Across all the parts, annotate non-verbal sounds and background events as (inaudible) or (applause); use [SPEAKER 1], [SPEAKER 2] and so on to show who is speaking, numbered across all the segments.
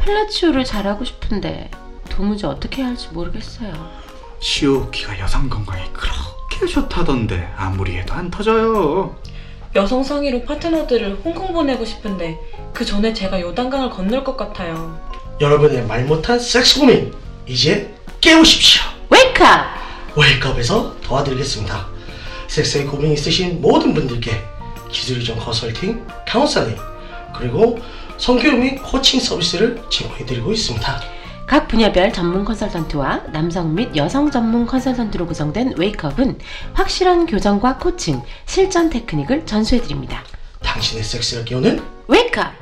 [SPEAKER 1] 펠라치오를 잘하고 싶은데 도무지 어떻게 해야 할지 모르겠어요.
[SPEAKER 2] 시오키가 여성 건강에 그렇게 좋다던데 아무리 해도 안 터져요.
[SPEAKER 3] 여성 상의로 파트너들을 홍콩 보내고 싶은데 그 전에 제가 요단강을 건널 것 같아요.
[SPEAKER 4] 여러분의 말 못한 섹스 고민 이제 깨우십시오.
[SPEAKER 1] 웨이크업!
[SPEAKER 4] 웨이크업에서 도와드리겠습니다. 섹스에 고민 있으신 모든 분들께 기술이전 컨설팅, 카운셀링, 그리고 성교육 및 코칭 서비스를 제공해드리고 있습니다.
[SPEAKER 1] 각 분야별 전문 컨설턴트와 남성 및 여성 전문 컨설턴트로 구성된 웨이크업은 확실한 교정과 코칭, 실전 테크닉을 전수해드립니다.
[SPEAKER 4] 당신의 섹스를 깨우는
[SPEAKER 1] 웨이크업!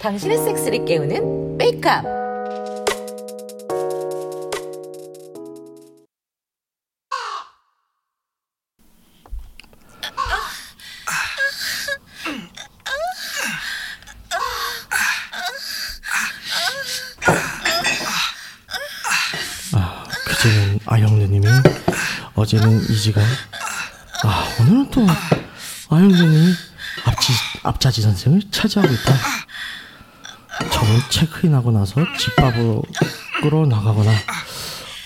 [SPEAKER 5] 당신의 섹스를 깨우는 메이크업.
[SPEAKER 4] 그제는 아영누님이 어제는 이지가 아 오늘은 또 아영누님이 앞지, 앞자지 선생을 차지하고 있다 저는 체크인하고 나서 집밥으로 끌어나가거나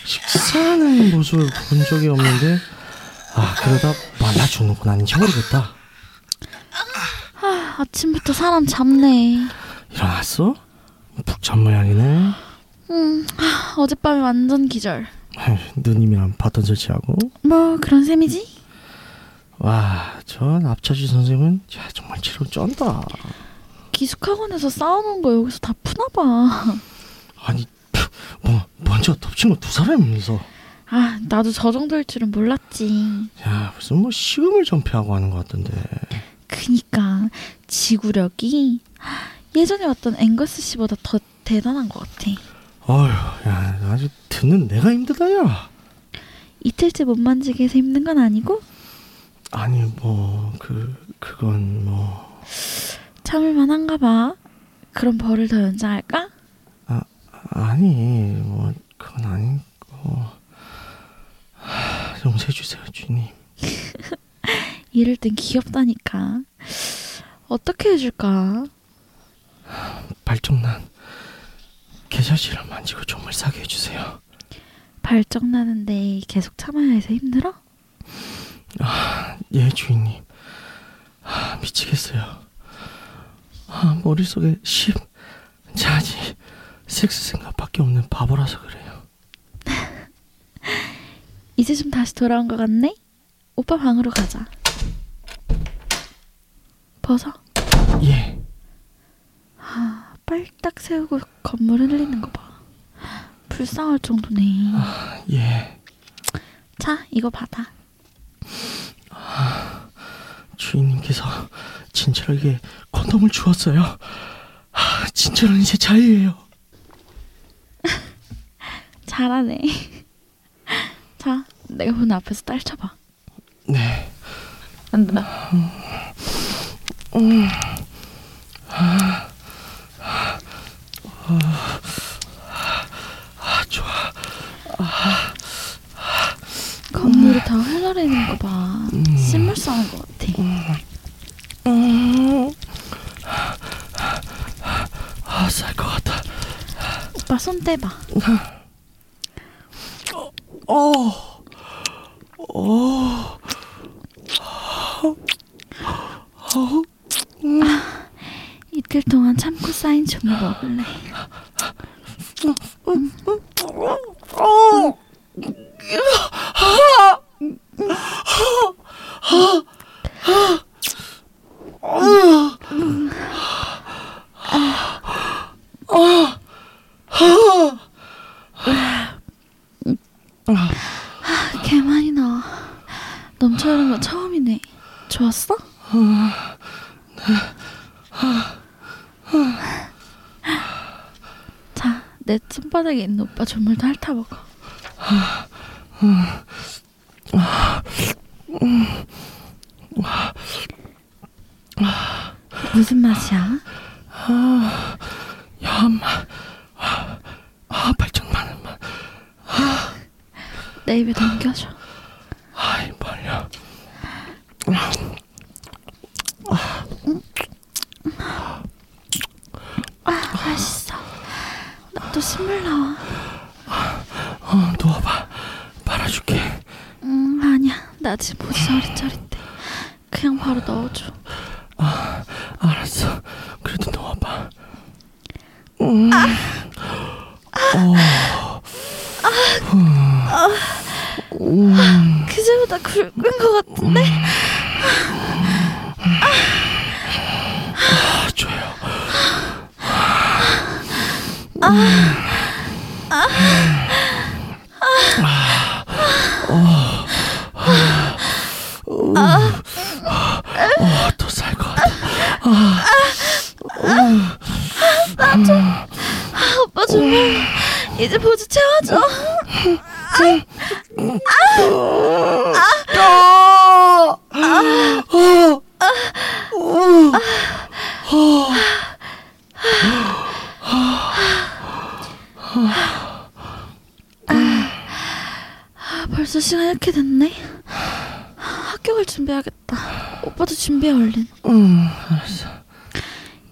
[SPEAKER 4] 식사하는 모습을 본 적이 없는데 아 그러다 말라 죽는구나 하는 생각이 겠다
[SPEAKER 6] 아침부터 사람 잡네.
[SPEAKER 4] 일어났어? 북참 모양이네
[SPEAKER 6] 음, 하, 어젯밤에 완전 기절.
[SPEAKER 4] 아휴, 누님이랑 봤던 설치하고
[SPEAKER 6] 뭐 그런 셈이지?
[SPEAKER 4] 와전 앞자지 선생은 야, 정말 치료 쩐다
[SPEAKER 6] 기숙학원에서 쌓아놓은 거 여기서 다 푸나봐.
[SPEAKER 4] 아니 뭐 먼저 덮친 거 두 사람이면서
[SPEAKER 6] 아, 나도 저 정도일 줄은 몰랐지.
[SPEAKER 4] 야 무슨 뭐 시금을 전폐하고 하는 것 같던데
[SPEAKER 6] 그니까 지구력이 예전에 왔던 앵거스 씨보다 더 대단한 것 같아.
[SPEAKER 4] 어휴 야 아주 듣는 내가 힘들다 야
[SPEAKER 6] 이틀째 못 만지게 해서 힘든 건 아니고
[SPEAKER 4] 아니 뭐 그 그건 뭐
[SPEAKER 6] 참을 만한가 봐. 그럼 벌을 더 연장할까?
[SPEAKER 4] 아니 뭐 그건 아니고 하, 용서해 주세요 주님
[SPEAKER 6] 이럴 땐 귀엽다니까. 어떻게 해줄까?
[SPEAKER 4] 발정난 계좌실을 만지고 정말 싸게 해주세요
[SPEAKER 6] 발정 나는데 계속 참아야 해서 힘들어?
[SPEAKER 4] 예 주인님 아, 미치겠어요 아, 머릿속에 10 자지 섹스 생각밖에 없는 바보라서 그래요
[SPEAKER 6] 이제 좀 다시 돌아온 것 같네? 오빠 방으로 가자. 벗어.
[SPEAKER 4] 예
[SPEAKER 6] 아, 빨딱 세우고 건물 흘리는 거 봐. 불쌍할 정도네.
[SPEAKER 4] 예,
[SPEAKER 6] 자, 이거 받아.
[SPEAKER 4] 주인님께서 진철에게 콘돔을 주었어요. 아, 진철은 이제 자유예요.
[SPEAKER 6] 잘하네. (laughs) 자, 내가 보는 앞에서 딸쳐봐.
[SPEAKER 4] 네.
[SPEAKER 3] 안다.
[SPEAKER 4] 아, 좋아.
[SPEAKER 6] 건물이 다 흘러내리는 거 봐. 실물 싸는 것 같아.
[SPEAKER 4] 음. 아, 쌀 것 같다.
[SPEAKER 6] 오빠 손 떼봐.
[SPEAKER 4] 어. 어.
[SPEAKER 6] 이틀 동안 참고 쌓인 종이 먹을래. 아, 개 많이 나와. 넘쳐흐른 거 처음이네. 좋았어? 자, 내 손바닥에 있는 오빠 조물도 핥아먹어. 무슨 맛이야?
[SPEAKER 4] 야, 엄마. 아, 발전 많은 맛.
[SPEAKER 6] 내 입에 넘겨줘.
[SPEAKER 4] 아이,
[SPEAKER 6] 선물 나와.
[SPEAKER 4] 어, 누워봐. 빨아줄게.
[SPEAKER 6] 음 아니야 나 지금 뭐지 어릿저릿해. 그냥 바로 넣어줘.
[SPEAKER 4] 알았어. 그래도 누워봐.
[SPEAKER 6] 그제보다 굵은 것 같은데?
[SPEAKER 4] 줘요. 또살것 같아.
[SPEAKER 6] 오빠 정말 이제 보조 채워줘.
[SPEAKER 4] 아,
[SPEAKER 6] 아, 벌써 시간 이렇게 됐네. 학교 갈 준비해야겠다. 오빠도 준비해 얼른.
[SPEAKER 4] 응, 알았어.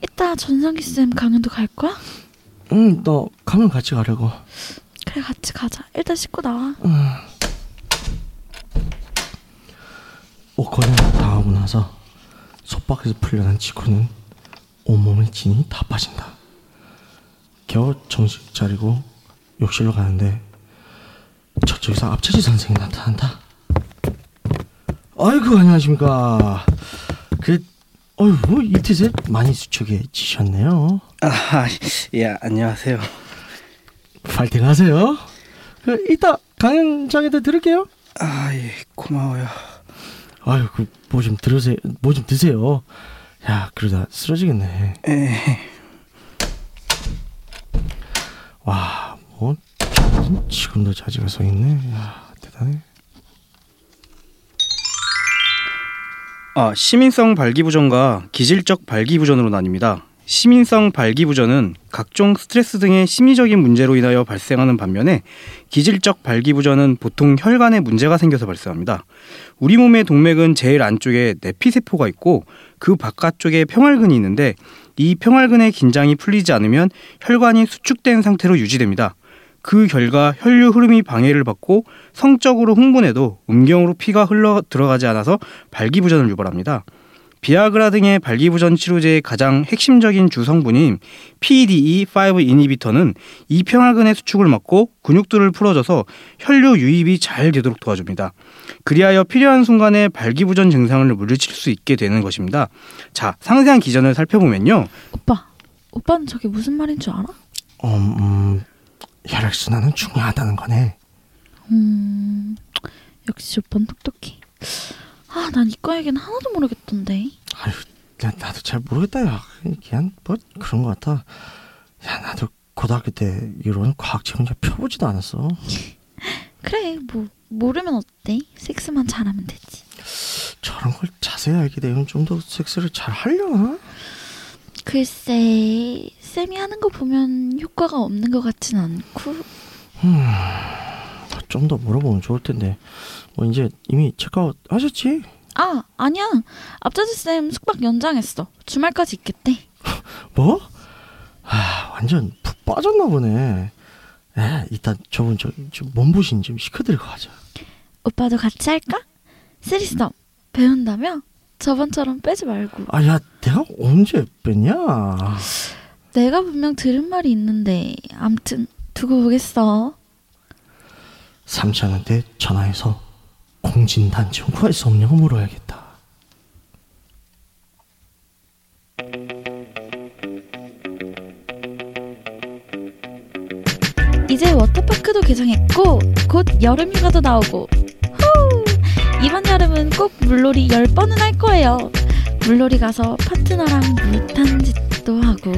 [SPEAKER 6] 이따 전성기 쌤 강연도 갈 거야?
[SPEAKER 4] 응, 너 가면 같이 가려고.
[SPEAKER 6] 그래 같이 가자. 일단 씻고 나와.
[SPEAKER 4] 옷걸이 당하고 나서 속박에서 풀려난 지구는 온몸의 진이 다 빠진다. 겨우 정식 차리고 욕실로 가는데 저쪽에서 앞차지 선생이 나타난다. 아이고 안녕하십니까. 그 어휴 이틀새 많이 수척에 지셨네요.
[SPEAKER 7] 아, 예, 안녕하세요.
[SPEAKER 4] 파이팅하세요. 그 이따 강연장에다 들을게요.
[SPEAKER 7] 아, 예, 고마워요.
[SPEAKER 4] 아유 뭐 좀 들으세요. 뭐 좀 드세요. 야 그러다 쓰러지겠네.
[SPEAKER 7] 예,
[SPEAKER 4] 와, 뭐 지금도 자지가 서 있네. 야, 대단해.
[SPEAKER 7] 아, 시민성 발기부전과 기질적 발기부전으로 나뉩니다. 시민성 발기부전은 각종 스트레스 등의 심리적인 문제로 인하여 발생하는 반면에 기질적 발기부전은 보통 혈관에 문제가 생겨서 발생합니다. 우리 몸의 동맥은 제일 안쪽에 내피세포가 있고 그 바깥쪽에 평활근이 있는데 이 평활근의 긴장이 풀리지 않으면 혈관이 수축된 상태로 유지됩니다. 그 결과 혈류 흐름이 방해를 받고 성적으로 흥분해도 음경으로 피가 흘러 들어가지 않아서 발기부전을 유발합니다. 비아그라 등의 발기부전 치료제의 가장 핵심적인 주성분인 PDE5 이니비터는 이 평활근의 수축을 막고 근육들을 풀어줘서 혈류 유입이 잘 되도록 도와줍니다. 그리하여 필요한 순간에 발기부전 증상을 물리칠 수 있게 되는 것입니다. 자, 상세한 기전을 살펴보면요.
[SPEAKER 6] 오빠, 오빠는 저게 무슨 말인 줄 알아?
[SPEAKER 4] 음, 음, 혈액 순환은 중요하다는 거네.
[SPEAKER 6] 음, 역시 오빠는 똑똑해. 아, 난 이과 얘기는 하나도 모르겠던데.
[SPEAKER 4] 아유, 야, 나도 잘 모르겠다. 야, 그냥 뭐 그런 것 같아. 야, 나도 고등학교 때 이런 과학책은 그냥 펴보지도 않았어.
[SPEAKER 6] 그래, 뭐 모르면 어때? 섹스만 잘하면 되지.
[SPEAKER 4] 저런 걸 자세히 알게 되면 좀 더 섹스를 잘 하려나?
[SPEAKER 6] 글쎄, 쌤이 하는 거 보면 효과가 없는 것 같진 않고.
[SPEAKER 4] 좀 더 물어보면 좋을 텐데. 뭐 이제 이미 체크아웃 하셨지?
[SPEAKER 6] 아, 아니야. 앞자지 쌤 숙박 연장했어. 주말까지 있겠대.
[SPEAKER 4] 뭐? 아 완전 푹 빠졌나 보네. 에 일단 저분 저, 저 몸보신 좀 시켜드리고 가자.
[SPEAKER 6] 오빠도 같이 할까? 쓰리썸 배운다며? 저번처럼 빼지 말고.
[SPEAKER 4] 아야 내가 언제 뺐냐?
[SPEAKER 6] 내가 분명 들은 말이 있는데 암튼 두고 보겠어.
[SPEAKER 4] 삼촌한테 전화해서 공진단 청구할 수 없냐고 물어야겠다.
[SPEAKER 6] 이제 워터파크도 개장했고 곧 여름 휴가도 나오고 후! 이번 여름은 꼭 물놀이 10번은 할 거예요. 물놀이 가서 파트너랑 물탄 짓도
[SPEAKER 4] 아,
[SPEAKER 6] 하고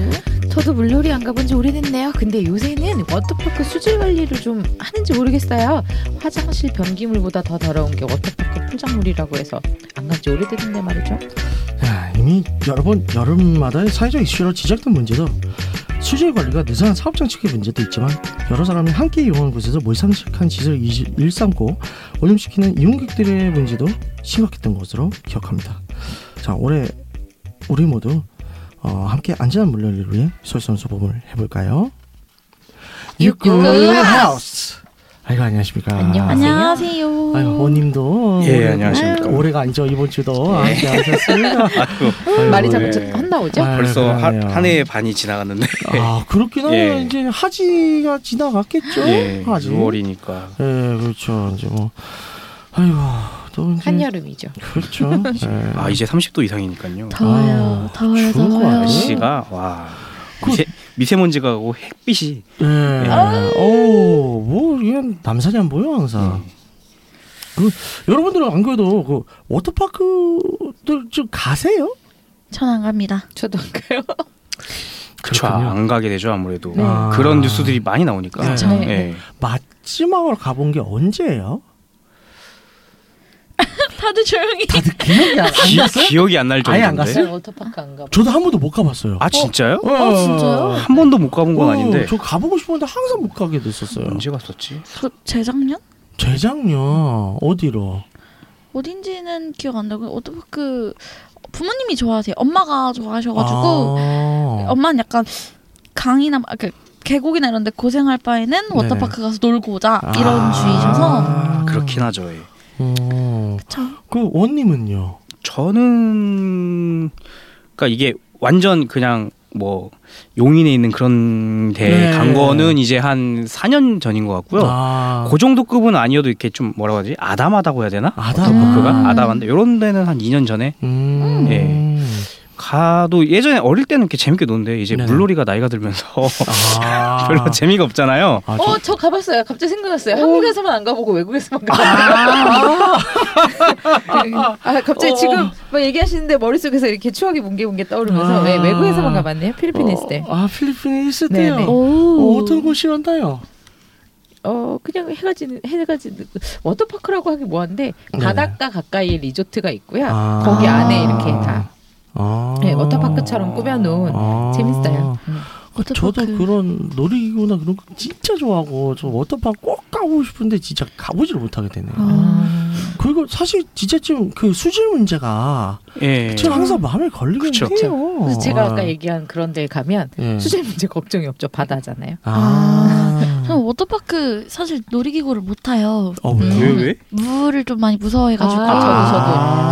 [SPEAKER 8] 저도 물놀이 안 가본 지 오래됐네요. 근데 요새는 워터파크 수질 관리를 좀 하는지 모르겠어요. 화장실 변기물보다 더 더러운 게 워터파크 포장물이라고 해서 안 간 지 오래됐는데 말이죠.
[SPEAKER 4] 야, 이미 여러 번 여름마다 사회적 이슈로 지적된 문제도 수질 관리가 느슨한 사업장 측의 문제도 있지만 여러 사람이 함께 이용하는 곳에서 몰상식한 짓을 이- 일삼고 오염시키는 이용객들의 문제도 심각했던 것으로 기억합니다. 자 올해 우리 모두 어, 함께 안전한 물놀이를 위해 솔선수범을 해볼까요?
[SPEAKER 8] 육구
[SPEAKER 4] 하우스. 아이고 안녕하십니까.
[SPEAKER 8] 안녕하세요.
[SPEAKER 6] 안녕하세요.
[SPEAKER 4] 아이고 호님도
[SPEAKER 7] 예,
[SPEAKER 4] 올해-
[SPEAKER 7] 안녕하십니까. 예.
[SPEAKER 4] 올해가 아니죠 이번 주도 함께 하셨습니다. 아이고,
[SPEAKER 8] 말이
[SPEAKER 4] 예.
[SPEAKER 8] 잘못 안 나오죠?
[SPEAKER 4] 아,
[SPEAKER 7] 어, 벌써 한,
[SPEAKER 4] 그러네요.
[SPEAKER 7] 한 해의 반이 지나갔는데.
[SPEAKER 4] 아 그렇긴 하면
[SPEAKER 7] 예.
[SPEAKER 4] 이제 하지가 지나갔겠죠.
[SPEAKER 7] 예,
[SPEAKER 4] 하지.
[SPEAKER 7] 6월이니까.
[SPEAKER 4] 예 그렇죠. 이제 뭐 아이고 또 이제
[SPEAKER 8] 한여름이죠.
[SPEAKER 4] 그렇죠. 예.
[SPEAKER 7] 아, 이제 30도 이상이니까요.
[SPEAKER 6] 더워요.
[SPEAKER 4] 아, 죽을
[SPEAKER 6] 더워요.
[SPEAKER 4] 것
[SPEAKER 6] 더워요.
[SPEAKER 4] 같지?
[SPEAKER 7] 날씨가, 와.
[SPEAKER 4] 그
[SPEAKER 7] 미세, 미세먼지가 오고 햇빛이.
[SPEAKER 4] 예. 오, 뭐 그냥 남산이 안 보여 항상.
[SPEAKER 7] 예.
[SPEAKER 4] 그 여러분들은 안 그래도 그 워터파크들 좀 가세요?
[SPEAKER 6] 천안 갑니다.
[SPEAKER 8] 저도 안 가요.
[SPEAKER 7] 그쵸. 안 가게 되죠, 아무래도.
[SPEAKER 8] 네.
[SPEAKER 4] 아.
[SPEAKER 7] 그런 뉴스들이 많이 나오니까.
[SPEAKER 4] 그쵸.
[SPEAKER 7] 예.
[SPEAKER 4] 마지막으로 가본 게 언제예요?
[SPEAKER 6] (laughs) 다들 조용히.
[SPEAKER 4] 다들 기억이 안, 안 났어요?
[SPEAKER 7] 기, 억이 안 날 정도인데.
[SPEAKER 4] 아예 네? 안 갔어요?
[SPEAKER 8] 저는 워터파크 안 가.
[SPEAKER 4] 저도 한 번도 못 가봤어요.
[SPEAKER 7] 아, 진짜요?
[SPEAKER 4] 어,
[SPEAKER 6] 진짜요?
[SPEAKER 7] 한 번도 못 가본 건
[SPEAKER 4] 어,
[SPEAKER 7] 아닌데.
[SPEAKER 4] 저 가보고 싶었는데 항상 못 가게 됐었어요.
[SPEAKER 7] 언제 갔었지?
[SPEAKER 6] 그 재작년?
[SPEAKER 4] 재작년 어디로?
[SPEAKER 6] 어딘지는 기억 안 나고 워터파크 부모님이 좋아하세요. 엄마가 좋아하셔가지고
[SPEAKER 4] 아.
[SPEAKER 6] 엄마는 약간 강이나 막- 그 계곡이나 이런데 고생할 바에는 워터파크 가서 놀고 오자 이런
[SPEAKER 4] 아.
[SPEAKER 6] 주의셔서
[SPEAKER 7] 아, 그렇긴 하죠. 예.
[SPEAKER 4] 어.
[SPEAKER 6] 참
[SPEAKER 4] 그 원님은요?
[SPEAKER 7] 저는 그러니까 이게 완전 그냥 뭐 용인에 있는 그런
[SPEAKER 4] 네.
[SPEAKER 7] 데에 간 거는 이제 한 4년 전인 것 같고요.
[SPEAKER 4] 아.
[SPEAKER 7] 그 정도 급은 아니어도 이렇게 좀 뭐라고 하지? 아담하다고 해야 되나?
[SPEAKER 4] 아담하다.
[SPEAKER 7] 그가
[SPEAKER 6] 음.
[SPEAKER 7] 아담한데 요런 데는 한 2년 전에
[SPEAKER 4] 음.
[SPEAKER 7] 예. 가도 예전에 어릴 때는 이렇게 재밌게 노는데 이제
[SPEAKER 4] 네네.
[SPEAKER 7] 물놀이가 나이가 들면서 (laughs)
[SPEAKER 4] 아.
[SPEAKER 7] 별로 재미가 없잖아요.
[SPEAKER 4] 아,
[SPEAKER 8] 어, 저 가봤어요. 갑자기 생각났어요. 한국에서만 안 가보고 외국에서만 가봤어요. (laughs) 아, 갑자기
[SPEAKER 3] 어.
[SPEAKER 8] 지금 막 얘기하시는데 머릿속에서 이렇게 추억이 뭉게뭉게 떠오르면서
[SPEAKER 4] 아.
[SPEAKER 8] 네, 외국에서만 가봤네요. 필리핀에 있을 때.
[SPEAKER 4] 어, 아 필리핀에 있을
[SPEAKER 8] 네네.
[SPEAKER 4] 때요.
[SPEAKER 6] 오.
[SPEAKER 4] 어, 어떤 곳이었나요?
[SPEAKER 8] 어, 그냥 해가 지는 해가 지는 워터파크라고 하기 뭐한데
[SPEAKER 4] 네네.
[SPEAKER 8] 바닷가 가까이에 리조트가 있고요.
[SPEAKER 4] 아.
[SPEAKER 8] 거기 안에 이렇게 다
[SPEAKER 4] 아.
[SPEAKER 8] 네, 워터파크처럼 꾸며놓은
[SPEAKER 4] 아.
[SPEAKER 8] 재밌어요. 음.
[SPEAKER 4] 그 저도
[SPEAKER 6] 워터파크.
[SPEAKER 4] 그런 놀이기구나 그런 거 진짜 좋아하고 저 워터파크 꼭 가고 싶은데 진짜 가보지를 못하게 되네요.
[SPEAKER 8] 아.
[SPEAKER 4] 그리고 사실 진짜 좀 그 수질 문제가
[SPEAKER 7] 예.
[SPEAKER 4] 저 항상 마음에 걸리긴
[SPEAKER 7] 그쵸.
[SPEAKER 4] 해요.
[SPEAKER 8] 그래서 제가 아까
[SPEAKER 4] 아.
[SPEAKER 8] 얘기한 그런 데 가면
[SPEAKER 4] 예.
[SPEAKER 8] 수질 문제 걱정이 없죠. 바다잖아요.
[SPEAKER 4] 아.
[SPEAKER 6] 저는 워터파크 사실 놀이기구를 못 타요.
[SPEAKER 4] 어, 왜요?
[SPEAKER 6] 음.
[SPEAKER 7] 왜 왜?
[SPEAKER 6] 물을 좀 많이 무서워해가지고.
[SPEAKER 8] 아,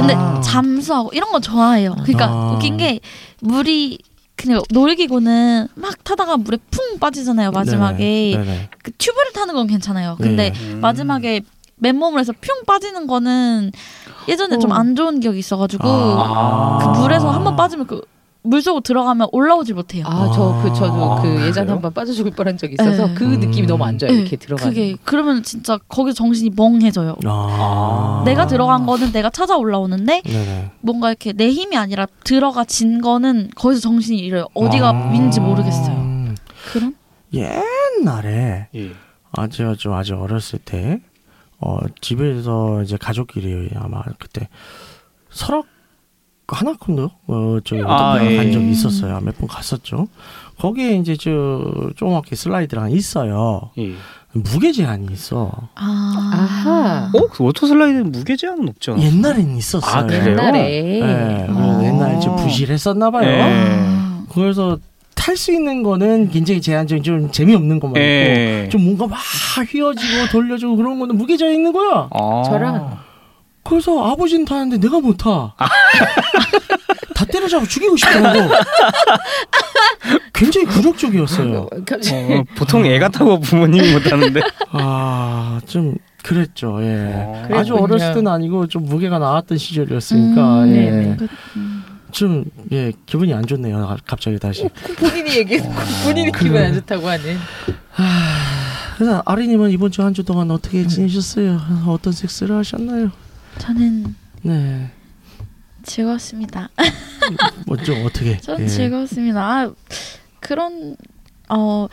[SPEAKER 8] 저도, 저도.
[SPEAKER 6] 근데 잠수하고 이런 거 좋아해요. 그러니까
[SPEAKER 4] 아.
[SPEAKER 6] 웃긴 게 물이 그냥 놀이기구는 막 타다가 물에 풍 빠지잖아요 마지막에
[SPEAKER 4] 네네. 네. 네네.
[SPEAKER 6] 그 튜브를 타는 건 괜찮아요. 근데 음. 마지막에 맨몸을 해서 뿅 빠지는 거는 예전에 좀 안 좋은 기억이 있어가지고
[SPEAKER 4] 어. 아.
[SPEAKER 6] 그 물에서 한 번 빠지면 그 물 속으로 들어가면 올라오질 못해요.
[SPEAKER 8] 아, 저, 그, 저도
[SPEAKER 4] 아,
[SPEAKER 8] 그 예전에
[SPEAKER 7] 그래요?
[SPEAKER 8] 한번 빠져 죽을 뻔한 적이 있어서
[SPEAKER 6] 네.
[SPEAKER 8] 그
[SPEAKER 4] 음.
[SPEAKER 8] 느낌이 너무 안 좋아요.
[SPEAKER 6] 네,
[SPEAKER 8] 이렇게 들어가는.
[SPEAKER 6] 그게 그러면 진짜 거기 정신이 멍해져요.
[SPEAKER 4] 아.
[SPEAKER 6] 내가 들어간 거는 내가 찾아 올라오는데
[SPEAKER 4] 네네.
[SPEAKER 6] 뭔가 이렇게 내 힘이 아니라 들어가 진 거는 거기서 정신이 잃어요. 어디가
[SPEAKER 4] 아.
[SPEAKER 6] 윈지 모르겠어요.
[SPEAKER 4] 음.
[SPEAKER 6] 그런?
[SPEAKER 4] 옛날에
[SPEAKER 7] 예.
[SPEAKER 4] 아 제가 좀 아직 어렸을 때 어, 집에서 이제 가족끼리 아마 그때 설악 하나콘도 어, 저기
[SPEAKER 7] 아,
[SPEAKER 4] 오토바이
[SPEAKER 7] 예.
[SPEAKER 4] 간 적이 있었어요. 몇 번 갔었죠. 거기에 이제 저 조그맣게 슬라이드랑 있어요.
[SPEAKER 7] 예.
[SPEAKER 4] 무게 제한이 있어.
[SPEAKER 6] 아.
[SPEAKER 8] 아하.
[SPEAKER 7] 어? 그 워터 슬라이드 무게 제한은
[SPEAKER 4] 예.
[SPEAKER 7] 없잖아.
[SPEAKER 4] 옛날엔 있었어요.
[SPEAKER 7] 아, 그래요?
[SPEAKER 4] 예.
[SPEAKER 8] 옛날에.
[SPEAKER 4] 뭐 옛날에 좀 부실했었나 봐요.
[SPEAKER 7] 네.
[SPEAKER 4] 네. 그래서 탈 수 있는 거는 굉장히 제한적인 좀 재미없는 것만 있고
[SPEAKER 7] 예.
[SPEAKER 4] 좀 뭔가 막 휘어지고 돌려주고 그런 거는 무게 제한 있는 거야.
[SPEAKER 7] 아.
[SPEAKER 8] 저랑
[SPEAKER 4] 그래서 아버지는 타는데 내가 못
[SPEAKER 7] (laughs)
[SPEAKER 4] 타. 다 때려잡아 죽이고 싶다고. 굉장히 굴욕적이었어요.
[SPEAKER 8] 갑자기
[SPEAKER 7] 어, 보통 애가 타고 부모님이 못 타는데.
[SPEAKER 4] 아, 좀 그랬죠. 예.
[SPEAKER 7] 어.
[SPEAKER 4] 아주
[SPEAKER 8] 그랬군요.
[SPEAKER 4] 어렸을 때는 아니고 좀 무게가 나왔던 시절이었으니까
[SPEAKER 6] 음,
[SPEAKER 4] 예.
[SPEAKER 6] 네네. 그- 음.
[SPEAKER 4] 좀 예, 기분이 안 좋네요. 아, 갑자기 다시.
[SPEAKER 8] 본인이 얘기, 본인이 기분 안 좋다고 하는.
[SPEAKER 4] 그래서 아리님은 이번 주 한 주 동안 어떻게 지내셨어요? 어떤 섹스를 하셨나요?
[SPEAKER 6] 저는
[SPEAKER 4] 네,
[SPEAKER 6] 즐거웠습니다.
[SPEAKER 4] 먼저 어떻게?
[SPEAKER 6] 저는
[SPEAKER 4] 예.
[SPEAKER 6] 즐거웠습니다. 아, 그런 어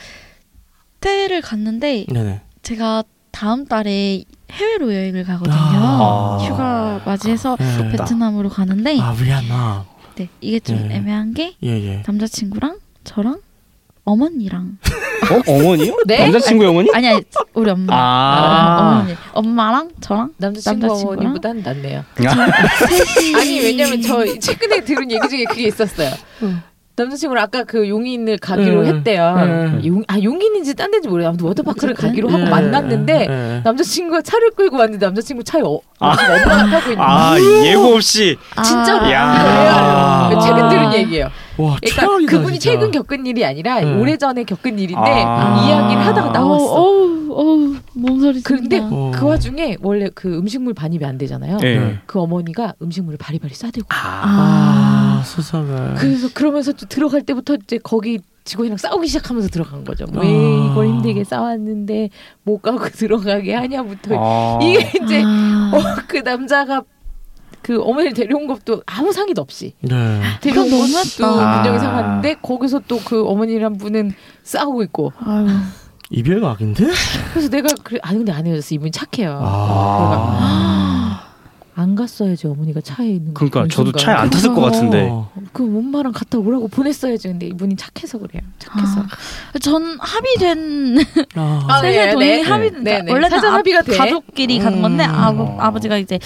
[SPEAKER 6] 테를 갔는데
[SPEAKER 4] 네네.
[SPEAKER 6] 제가 다음 달에 해외로 여행을 가거든요.
[SPEAKER 4] 아.
[SPEAKER 6] 휴가
[SPEAKER 8] 아,
[SPEAKER 6] 맞이해서
[SPEAKER 4] 예.
[SPEAKER 6] 베트남으로 가는데
[SPEAKER 4] 아, 위안나.
[SPEAKER 6] 네, 이게 좀
[SPEAKER 4] 네.
[SPEAKER 6] 애매한 게
[SPEAKER 4] 예, 예.
[SPEAKER 6] 남자친구랑 저랑
[SPEAKER 4] (laughs)
[SPEAKER 6] 어머니랑
[SPEAKER 7] 어? 어머니요?
[SPEAKER 8] 네?
[SPEAKER 7] 남자친구 어머니?
[SPEAKER 6] 아니 아니 우리 엄마
[SPEAKER 7] 아.
[SPEAKER 6] 어머니 엄마랑
[SPEAKER 8] (laughs)
[SPEAKER 6] 저랑
[SPEAKER 8] 남자친구
[SPEAKER 6] 남자친구랑?
[SPEAKER 8] 어머니보다 낫네요.
[SPEAKER 6] 셋이
[SPEAKER 8] 아니, 왜냐면 저 최근에 들은 얘기 중에 그게 있었어요. 남자친구랑 아까 그 용인을 가기로
[SPEAKER 4] 네.
[SPEAKER 8] 했대요.
[SPEAKER 4] 네.
[SPEAKER 8] 용, 아 용인인지 딴 데인지 모르겠어요. 아무튼 워터파크를 가기로 하고
[SPEAKER 4] 예,
[SPEAKER 8] 만났는데
[SPEAKER 4] 예.
[SPEAKER 8] 남자친구가 차를 끌고 왔는데 남자친구 차에 어, 아직 엄마가 타고 있는
[SPEAKER 7] 아 예고 없이
[SPEAKER 8] 진짜로
[SPEAKER 7] 야.
[SPEAKER 8] 그래요. 최근 들은
[SPEAKER 4] 아.
[SPEAKER 8] 얘기예요.
[SPEAKER 4] 와
[SPEAKER 8] 그러니까
[SPEAKER 4] 최악이다
[SPEAKER 8] 그분이
[SPEAKER 4] 진짜.
[SPEAKER 8] 최근 겪은 일이 아니라
[SPEAKER 4] 네.
[SPEAKER 8] 오래전에 겪은 일인데
[SPEAKER 7] 아.
[SPEAKER 8] 이야기를 하다가 나왔어.
[SPEAKER 6] 어우, 어우, 몸서리.
[SPEAKER 8] 근데
[SPEAKER 6] 친다.
[SPEAKER 4] 어.
[SPEAKER 8] 그 와중에 원래 그 음식물 반입이 안 되잖아요.
[SPEAKER 7] 예.
[SPEAKER 8] 그 어머니가 음식물을 바리바리 싸대고
[SPEAKER 4] 아 수상해
[SPEAKER 8] 그래서 그러면서 또 들어갈 때부터 이제 거기 직원이랑 싸우기 시작하면서 들어간 거죠. 왜
[SPEAKER 4] 아.
[SPEAKER 8] 이걸 힘들게 싸웠는데 못 가고 (laughs) 들어가게 하냐부터
[SPEAKER 7] 아.
[SPEAKER 8] 이게 이제
[SPEAKER 6] 아.
[SPEAKER 8] 어, 그 남자가 그 어머니를 데려온 것도 아무 상의도 없이
[SPEAKER 4] 네.
[SPEAKER 6] 그건
[SPEAKER 8] 데려온 것도
[SPEAKER 6] 너무했다.
[SPEAKER 8] 분명히
[SPEAKER 7] 아.
[SPEAKER 8] 상하는데 거기서 또 그 어머니랑 분은 싸우고 있고
[SPEAKER 6] 아유.
[SPEAKER 4] 이별각인데?
[SPEAKER 8] 그래서 내가 그래 아니 근데 안 헤어졌어 이분 착해요.
[SPEAKER 4] 아.
[SPEAKER 8] 안 갔어야지 어머니가 차에 있는 거
[SPEAKER 7] 그러니까
[SPEAKER 8] 보는
[SPEAKER 7] 저도
[SPEAKER 8] 순간.
[SPEAKER 7] 차에 안 탔을 것 같은데
[SPEAKER 4] 어.
[SPEAKER 8] 그 엄마랑 갔다 오라고 보냈어야지 근데 이분이 착해서 그래요. 착해서.
[SPEAKER 6] 아. 전 합의된
[SPEAKER 4] 아.
[SPEAKER 8] 아,
[SPEAKER 6] 세세
[SPEAKER 8] 네,
[SPEAKER 6] 동의
[SPEAKER 8] 네.
[SPEAKER 6] 합의
[SPEAKER 8] 네, 네.
[SPEAKER 6] 원래
[SPEAKER 8] 사전 합의가 돼.
[SPEAKER 6] 가족끼리 간 건데
[SPEAKER 4] 음.
[SPEAKER 6] 아, 버지가 이제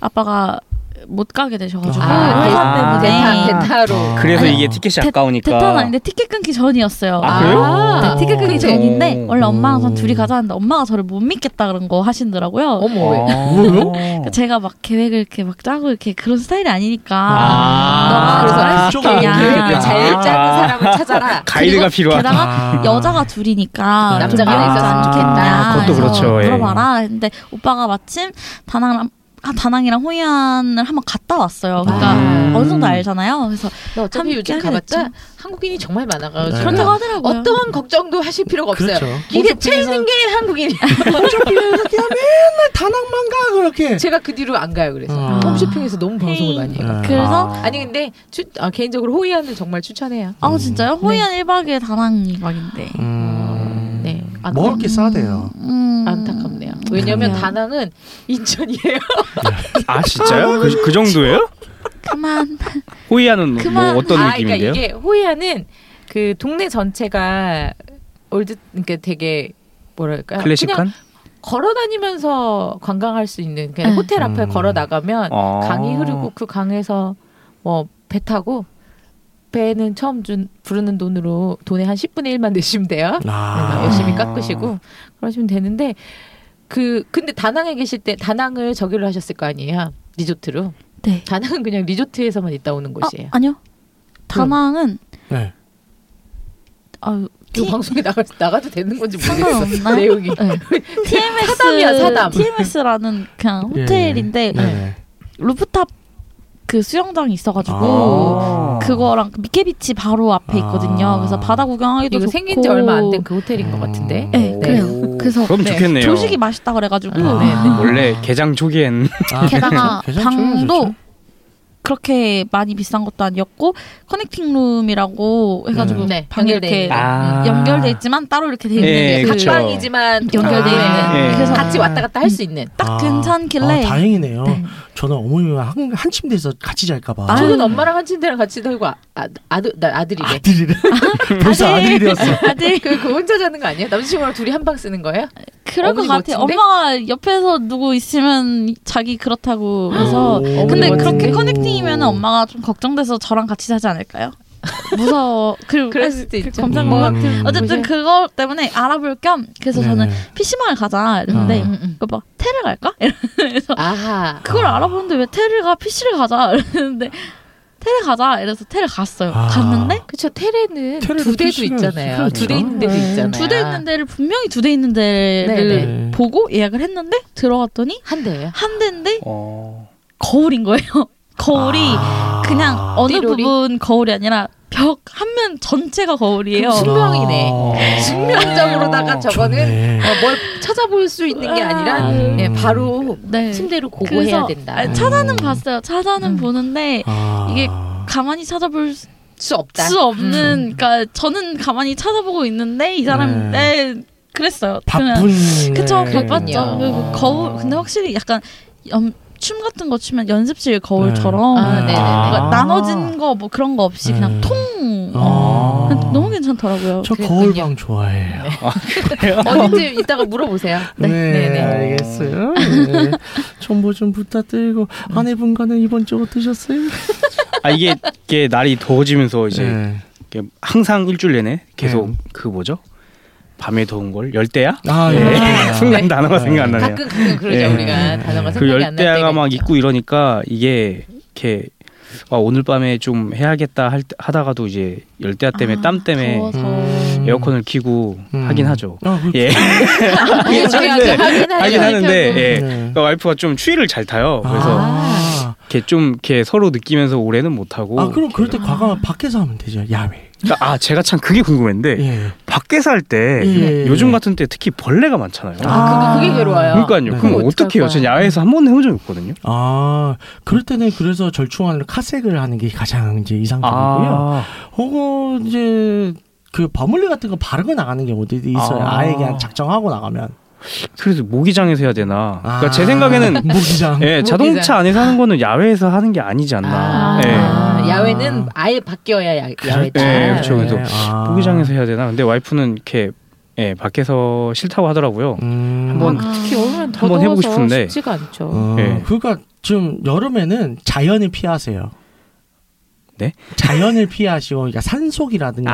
[SPEAKER 6] 아빠가 못 가게 되셔가지고
[SPEAKER 4] 아,
[SPEAKER 8] 네.
[SPEAKER 6] 회사
[SPEAKER 4] 아.
[SPEAKER 6] 때문에
[SPEAKER 8] 대타 대타로.
[SPEAKER 7] 그래서
[SPEAKER 4] 아니,
[SPEAKER 7] 이게 티켓이
[SPEAKER 6] 대-
[SPEAKER 7] 아까우니까
[SPEAKER 6] 대타는 아닌데 티켓 끊기 전이었어요.
[SPEAKER 7] 아, 그래요?
[SPEAKER 6] 네, 티켓 끊기
[SPEAKER 8] 근데-
[SPEAKER 6] 전인데 원래
[SPEAKER 4] 오.
[SPEAKER 6] 엄마랑 전 둘이 가자 했는데 엄마가 저를 못 믿겠다 그런 거 하시더라고요.
[SPEAKER 8] 어머 왜?
[SPEAKER 7] 뭐요?
[SPEAKER 6] 그러니까 제가 막 계획을 이렇게 막 짜고 이렇게 그런 스타일이 아니니까
[SPEAKER 4] 아.
[SPEAKER 8] 아,
[SPEAKER 6] 너무
[SPEAKER 8] 그래서
[SPEAKER 6] 아,
[SPEAKER 4] 그쪽으로
[SPEAKER 6] 야.
[SPEAKER 4] 이렇게
[SPEAKER 8] 제일
[SPEAKER 4] 아.
[SPEAKER 8] 작은 사람을 찾아라.
[SPEAKER 7] 가이드가
[SPEAKER 6] 그리고
[SPEAKER 7] 필요하다.
[SPEAKER 6] 게다가
[SPEAKER 4] 아.
[SPEAKER 6] 여자가 둘이니까
[SPEAKER 8] 남자가
[SPEAKER 6] 좀
[SPEAKER 8] 하나
[SPEAKER 6] 알아주면
[SPEAKER 7] 있었으면 좋겠다. 그것도
[SPEAKER 6] 그래서
[SPEAKER 7] 그렇죠, 예.
[SPEAKER 6] 물어봐라. 근데 오빠가 마침 다낭랑 아, 다낭이랑 호이안을 한번 갔다 왔어요. 그러니까
[SPEAKER 4] 아.
[SPEAKER 6] 어느 정도 알잖아요. 그래서
[SPEAKER 8] 너 어차피
[SPEAKER 6] 함께
[SPEAKER 8] 요즘
[SPEAKER 6] 하게
[SPEAKER 8] 가봤자
[SPEAKER 6] 됐죠.
[SPEAKER 8] 한국인이 정말 많아가지고
[SPEAKER 4] 네.
[SPEAKER 6] 그렇다고 하더라고요.
[SPEAKER 8] 어떠한 걱정도 하실 필요가 없어요.
[SPEAKER 4] 그렇죠.
[SPEAKER 8] 이게
[SPEAKER 4] 어차피
[SPEAKER 8] 제일
[SPEAKER 4] 세상-
[SPEAKER 8] 있는 게 (laughs) 한국인.
[SPEAKER 4] 홈쇼핑에서 야 맨날 다낭만 가 그렇게.
[SPEAKER 8] 제가 그 뒤로 안 가요. 그래서
[SPEAKER 4] 아.
[SPEAKER 8] 홈쇼핑에서 너무 방송을
[SPEAKER 6] 헤이.
[SPEAKER 8] 많이 해요.
[SPEAKER 4] 네.
[SPEAKER 6] 그래서
[SPEAKER 8] 아니 근데 추, 아, 개인적으로 호이안을 정말 추천해요.
[SPEAKER 6] 아, 진짜요?
[SPEAKER 8] 네.
[SPEAKER 6] 호이안 1박에 다낭 2박인데.
[SPEAKER 4] 음.
[SPEAKER 8] 네. 안
[SPEAKER 4] 먹을 게 싸대요.
[SPEAKER 6] 음.
[SPEAKER 8] 안타깝네요. 왜냐면
[SPEAKER 6] 그러네요.
[SPEAKER 8] 다낭은 인천이에요.
[SPEAKER 7] 아 진짜요? 그, 그 정도예요?
[SPEAKER 6] 그만.
[SPEAKER 7] 호이안은
[SPEAKER 6] 그만.
[SPEAKER 7] 뭐 어떤
[SPEAKER 8] 아,
[SPEAKER 7] 느낌인데요?
[SPEAKER 8] 그러니까 이게 호이안은 그 동네 전체가 올드 그러니까 되게 뭐랄까 그냥
[SPEAKER 7] 클래식한?
[SPEAKER 8] 걸어 다니면서 관광할 수 있는 그냥
[SPEAKER 6] 네.
[SPEAKER 8] 호텔 앞을
[SPEAKER 4] 음.
[SPEAKER 8] 걸어 나가면
[SPEAKER 7] 아.
[SPEAKER 8] 강이 흐르고 그 강에서 뭐 배 타고 배는 처음 준 부르는 돈으로 돈의 한 10분의 1만 내시면 돼요. 그러니까
[SPEAKER 4] 아.
[SPEAKER 8] 음. 네, 열심히
[SPEAKER 7] 아.
[SPEAKER 8] 깎으시고 그러시면 되는데 그 근데 다낭에 계실 때 다낭을 저기로 하셨을 거 아니에요 리조트로
[SPEAKER 6] 네.
[SPEAKER 8] 다낭은 그냥 리조트에서만 있다 오는
[SPEAKER 6] 아,
[SPEAKER 8] 곳이에요.
[SPEAKER 6] 아니요. 다낭은
[SPEAKER 4] 네.
[SPEAKER 6] 아유,
[SPEAKER 8] 이거
[SPEAKER 6] 티-
[SPEAKER 8] 그 방송에 나가, 나가도 되는 건지 모르겠어
[SPEAKER 6] 상관없나?
[SPEAKER 8] (laughs) 내용이
[SPEAKER 6] 네. TMS
[SPEAKER 8] 사담이야, 사담.
[SPEAKER 6] TMS라는 그냥
[SPEAKER 4] 예, 예.
[SPEAKER 6] 아, 호텔인데
[SPEAKER 4] 네. 네.
[SPEAKER 6] 루프탑 그 수영장이 있어가지고
[SPEAKER 4] 아.
[SPEAKER 6] 그거랑 미케비치 바로 앞에 있거든요.
[SPEAKER 4] 아.
[SPEAKER 6] 그래서 바다 구경하기도
[SPEAKER 8] 이거
[SPEAKER 6] 좋고
[SPEAKER 8] 생긴 지 얼마 안 된 그 호텔인 것
[SPEAKER 4] 음.
[SPEAKER 8] 같은데
[SPEAKER 6] 네, 그래요. 그래서
[SPEAKER 7] 그럼
[SPEAKER 8] 네.
[SPEAKER 7] 좋겠네요.
[SPEAKER 6] 조식이 맛있다 그래가지고
[SPEAKER 8] 아. 네, 네.
[SPEAKER 6] (laughs)
[SPEAKER 7] 원래 개장 초기엔
[SPEAKER 4] 아,
[SPEAKER 6] 게다가
[SPEAKER 4] 계산- 계산 좀
[SPEAKER 6] 방도
[SPEAKER 4] 해주죠.
[SPEAKER 6] 그렇게 많이 비싼 것도 아니었고 커넥팅 룸이라고 해가지고
[SPEAKER 8] 네,
[SPEAKER 6] 방이
[SPEAKER 8] 연결돼
[SPEAKER 6] 이렇게
[SPEAKER 8] 있는.
[SPEAKER 7] 아.
[SPEAKER 6] 연결돼 있지만 따로 이렇게 돼 있는
[SPEAKER 4] 네,
[SPEAKER 7] 예,
[SPEAKER 6] 그
[SPEAKER 7] 그쵸.
[SPEAKER 8] 각방이지만 연결돼 있는
[SPEAKER 6] 연결되어
[SPEAKER 7] 예.
[SPEAKER 6] 있는 그래서
[SPEAKER 8] 같이 왔다 갔다 할 수 있는
[SPEAKER 6] 딱
[SPEAKER 4] 아.
[SPEAKER 6] 괜찮길래
[SPEAKER 4] 아, 다행이네요.
[SPEAKER 6] 네.
[SPEAKER 4] 저는 어머니와 한, 한 침대에서 같이 잘까봐.
[SPEAKER 6] 아,
[SPEAKER 8] 저는 엄마랑 한 침대랑 같이 살고 아, 아, 들나
[SPEAKER 4] (laughs)
[SPEAKER 8] 아들이래
[SPEAKER 4] 아들이래. 벌써
[SPEAKER 6] 네.
[SPEAKER 4] 아들이 되었어.
[SPEAKER 6] (laughs)
[SPEAKER 8] 아들 (laughs) 음, 그, 그 혼자 자는 거 아니야? 남자친구랑 둘이 한 방 쓰는 거예요?
[SPEAKER 6] 그럴 것
[SPEAKER 8] 어머니
[SPEAKER 6] 같아. 요
[SPEAKER 8] 멋진데?
[SPEAKER 6] 엄마가 옆에서 누구 있으면 자기 그렇다고 그래서
[SPEAKER 4] 오.
[SPEAKER 6] 근데
[SPEAKER 8] 어머니
[SPEAKER 6] 그렇게
[SPEAKER 8] 멋진데?
[SPEAKER 6] 커넥팅이면 엄마가 좀 걱정돼서 저랑 같이 자지 않을까요? 무서워. 그리고
[SPEAKER 8] 아, 그럴 수도 있죠.
[SPEAKER 6] 검색
[SPEAKER 4] 음.
[SPEAKER 6] 뭔가
[SPEAKER 4] 음.
[SPEAKER 6] 어쨌든 그거 때문에 알아볼 겸 그래서 저는
[SPEAKER 4] 네네.
[SPEAKER 6] PC방을 가자
[SPEAKER 4] 아.
[SPEAKER 6] 했는데
[SPEAKER 8] 음, 음.
[SPEAKER 6] 그거 막 테를 갈까? 이러면서
[SPEAKER 8] 아하
[SPEAKER 6] 그걸
[SPEAKER 4] 아.
[SPEAKER 6] 알아보는데 왜 테를 가 PC를 가자 (laughs) 이랬는데 테를 가자 이래서 테를 갔어요.
[SPEAKER 4] 아.
[SPEAKER 6] 갔는데
[SPEAKER 8] 그쵸 테레는
[SPEAKER 4] 테레도
[SPEAKER 8] 두 대도
[SPEAKER 4] 필수면
[SPEAKER 8] 있잖아요
[SPEAKER 4] 필수죠.
[SPEAKER 8] 네. 두 대 있는 데도 있잖아요
[SPEAKER 6] 두 대 있는 데를 분명히 두 대 있는 데를
[SPEAKER 4] 네네.
[SPEAKER 6] 보고 예약을 했는데 들어갔더니
[SPEAKER 8] 한 대예요
[SPEAKER 6] 한 대인데
[SPEAKER 7] 어.
[SPEAKER 6] 거울인 거예요. (laughs) 거울이
[SPEAKER 4] 아.
[SPEAKER 6] 그냥 어느
[SPEAKER 8] 띠로리?
[SPEAKER 6] 부분 거울이 아니라 벽 한 면 전체가 거울이에요.
[SPEAKER 8] 그럼 숙명이네
[SPEAKER 4] 아.
[SPEAKER 8] 숙명적으로다가 저거는
[SPEAKER 4] 좋네.
[SPEAKER 8] 어, 뭘 찾아볼 수 있는 게 아니라
[SPEAKER 4] 음.
[SPEAKER 8] 예, 바로
[SPEAKER 6] 네.
[SPEAKER 8] 침대로 고고해야
[SPEAKER 6] 그래서
[SPEAKER 8] 된다
[SPEAKER 6] 아니, 찾아는 봤어요. 찾아는
[SPEAKER 8] 음.
[SPEAKER 6] 보는데
[SPEAKER 4] 아.
[SPEAKER 6] 이게 가만히 찾아볼
[SPEAKER 8] 수 없다 아,
[SPEAKER 6] 수
[SPEAKER 4] 음.
[SPEAKER 6] 없는. 그러니까 저는 가만히 찾아보고 있는데 이 사람 네. 그랬어요.
[SPEAKER 4] 바쁜.
[SPEAKER 6] 그쵸
[SPEAKER 4] 네.
[SPEAKER 6] 바빴죠. 그리고 거울 근데 확실히 약간 염- 춤 같은 거 추면 연습실 거울처럼
[SPEAKER 8] 네. 아, 네.
[SPEAKER 6] 그러니까
[SPEAKER 4] 아.
[SPEAKER 6] 나눠진 거 뭐 그런 거 없이
[SPEAKER 4] 네.
[SPEAKER 6] 그냥 통
[SPEAKER 4] 아.
[SPEAKER 6] 그냥 너무 괜찮더라고요.
[SPEAKER 4] 저
[SPEAKER 8] 그랬군요.
[SPEAKER 4] 거울방 좋아해요.
[SPEAKER 8] 뭐, 어디쯤 이따가 물어보세요
[SPEAKER 4] 네,
[SPEAKER 8] 네네. (laughs)
[SPEAKER 4] 알겠어요. 네. 정보 좀 부탁드리고 아내분과는 이번 주 어떠셨어요?
[SPEAKER 7] 아 이게 이게 날이 더워지면서 이제
[SPEAKER 4] 네.
[SPEAKER 7] 이게 항상 일주일 내내 계속
[SPEAKER 4] 네.
[SPEAKER 7] 그 뭐죠? 밤에 더운 걸 열대야?
[SPEAKER 4] 아, 예.
[SPEAKER 7] 네. (laughs) 순간 단어가
[SPEAKER 4] 네.
[SPEAKER 7] 생각 안 나네요.
[SPEAKER 8] 가끔 가끔 그러죠
[SPEAKER 7] 예.
[SPEAKER 8] 우리가 단어가
[SPEAKER 7] 그
[SPEAKER 8] 생각이 안날 때가
[SPEAKER 7] 열대야가 막
[SPEAKER 8] 있죠.
[SPEAKER 7] 있고 이러니까 이게 이렇게 아, 오늘 밤에 좀 해야겠다 할, 때- 하다가도 이제 열대야 때문에
[SPEAKER 6] 아,
[SPEAKER 7] 땀 때문에
[SPEAKER 6] 더워서.
[SPEAKER 4] 음.
[SPEAKER 7] 에어컨을 켜고
[SPEAKER 4] 음.
[SPEAKER 7] 하긴 하죠.
[SPEAKER 4] 아, 그렇죠.
[SPEAKER 7] 예.
[SPEAKER 8] 아,
[SPEAKER 7] 하긴 하는데 하긴 하는데 예.
[SPEAKER 4] 네.
[SPEAKER 7] 그러니까 와이프가 좀 추위를 잘 타요. 그래서
[SPEAKER 4] 아,
[SPEAKER 7] 이렇게 좀 이렇게 서로 느끼면서 올해는 못 하고.
[SPEAKER 4] 아, 그럼 그럴 때 과감한 밖에서 하면 되죠. 야외.
[SPEAKER 7] 그러니까 아 제가 참 그게 궁금했는데
[SPEAKER 4] 예.
[SPEAKER 7] 밖에서 할 때
[SPEAKER 4] 예.
[SPEAKER 7] 요즘 같은 때 특히 벌레가 많잖아요.
[SPEAKER 8] 아, 그게, 그게 괴로워요.
[SPEAKER 7] 그러니까요.
[SPEAKER 4] 네.
[SPEAKER 7] 그럼
[SPEAKER 8] 그거
[SPEAKER 7] 어떻게 해요?
[SPEAKER 8] 어떡할
[SPEAKER 7] 전
[SPEAKER 8] 거야.
[SPEAKER 7] 야외에서 한 번도 해본 적이 없거든요.
[SPEAKER 4] 아, 그럴 때는 그래서 절충안으로 카색을 하는 게 가장 이제 이상적이고요.
[SPEAKER 7] 아,
[SPEAKER 4] 혹은 이제 그 버물리 같은 거 바르고 나가는 경우도 있어요.
[SPEAKER 7] 아.
[SPEAKER 4] 아. 예 그냥 작정하고 나가면.
[SPEAKER 7] 그래서 모기장에서 해야 되나? 그러니까 제
[SPEAKER 4] 아, (laughs)
[SPEAKER 7] 생각에는
[SPEAKER 4] 모기장.
[SPEAKER 7] 예, 자동차 안에서 하는 거는 야외에서 하는 게 아니지 않나.
[SPEAKER 8] 아,
[SPEAKER 7] 예.
[SPEAKER 4] 네.
[SPEAKER 8] 야외는 아예 바뀌어야 야, 야외다.
[SPEAKER 7] 네, 그렇죠. 그래서
[SPEAKER 4] 아.
[SPEAKER 7] 모기장에서 해야 되나? 근데 와이프는 이렇게 예, 밖에서 싫다고 하더라고요.
[SPEAKER 4] 음.
[SPEAKER 7] 한번
[SPEAKER 6] 아.
[SPEAKER 8] 특히 여름엔 더
[SPEAKER 7] 한번 해보고
[SPEAKER 8] 더워서
[SPEAKER 7] 싶은데.
[SPEAKER 8] 쉽지가 않죠.
[SPEAKER 4] 어,
[SPEAKER 7] 예.
[SPEAKER 4] 그러니까 지금 여름에는 자연을 피하세요.
[SPEAKER 7] 네?
[SPEAKER 4] 자연을 피하시고, 그러니까 산속이라든가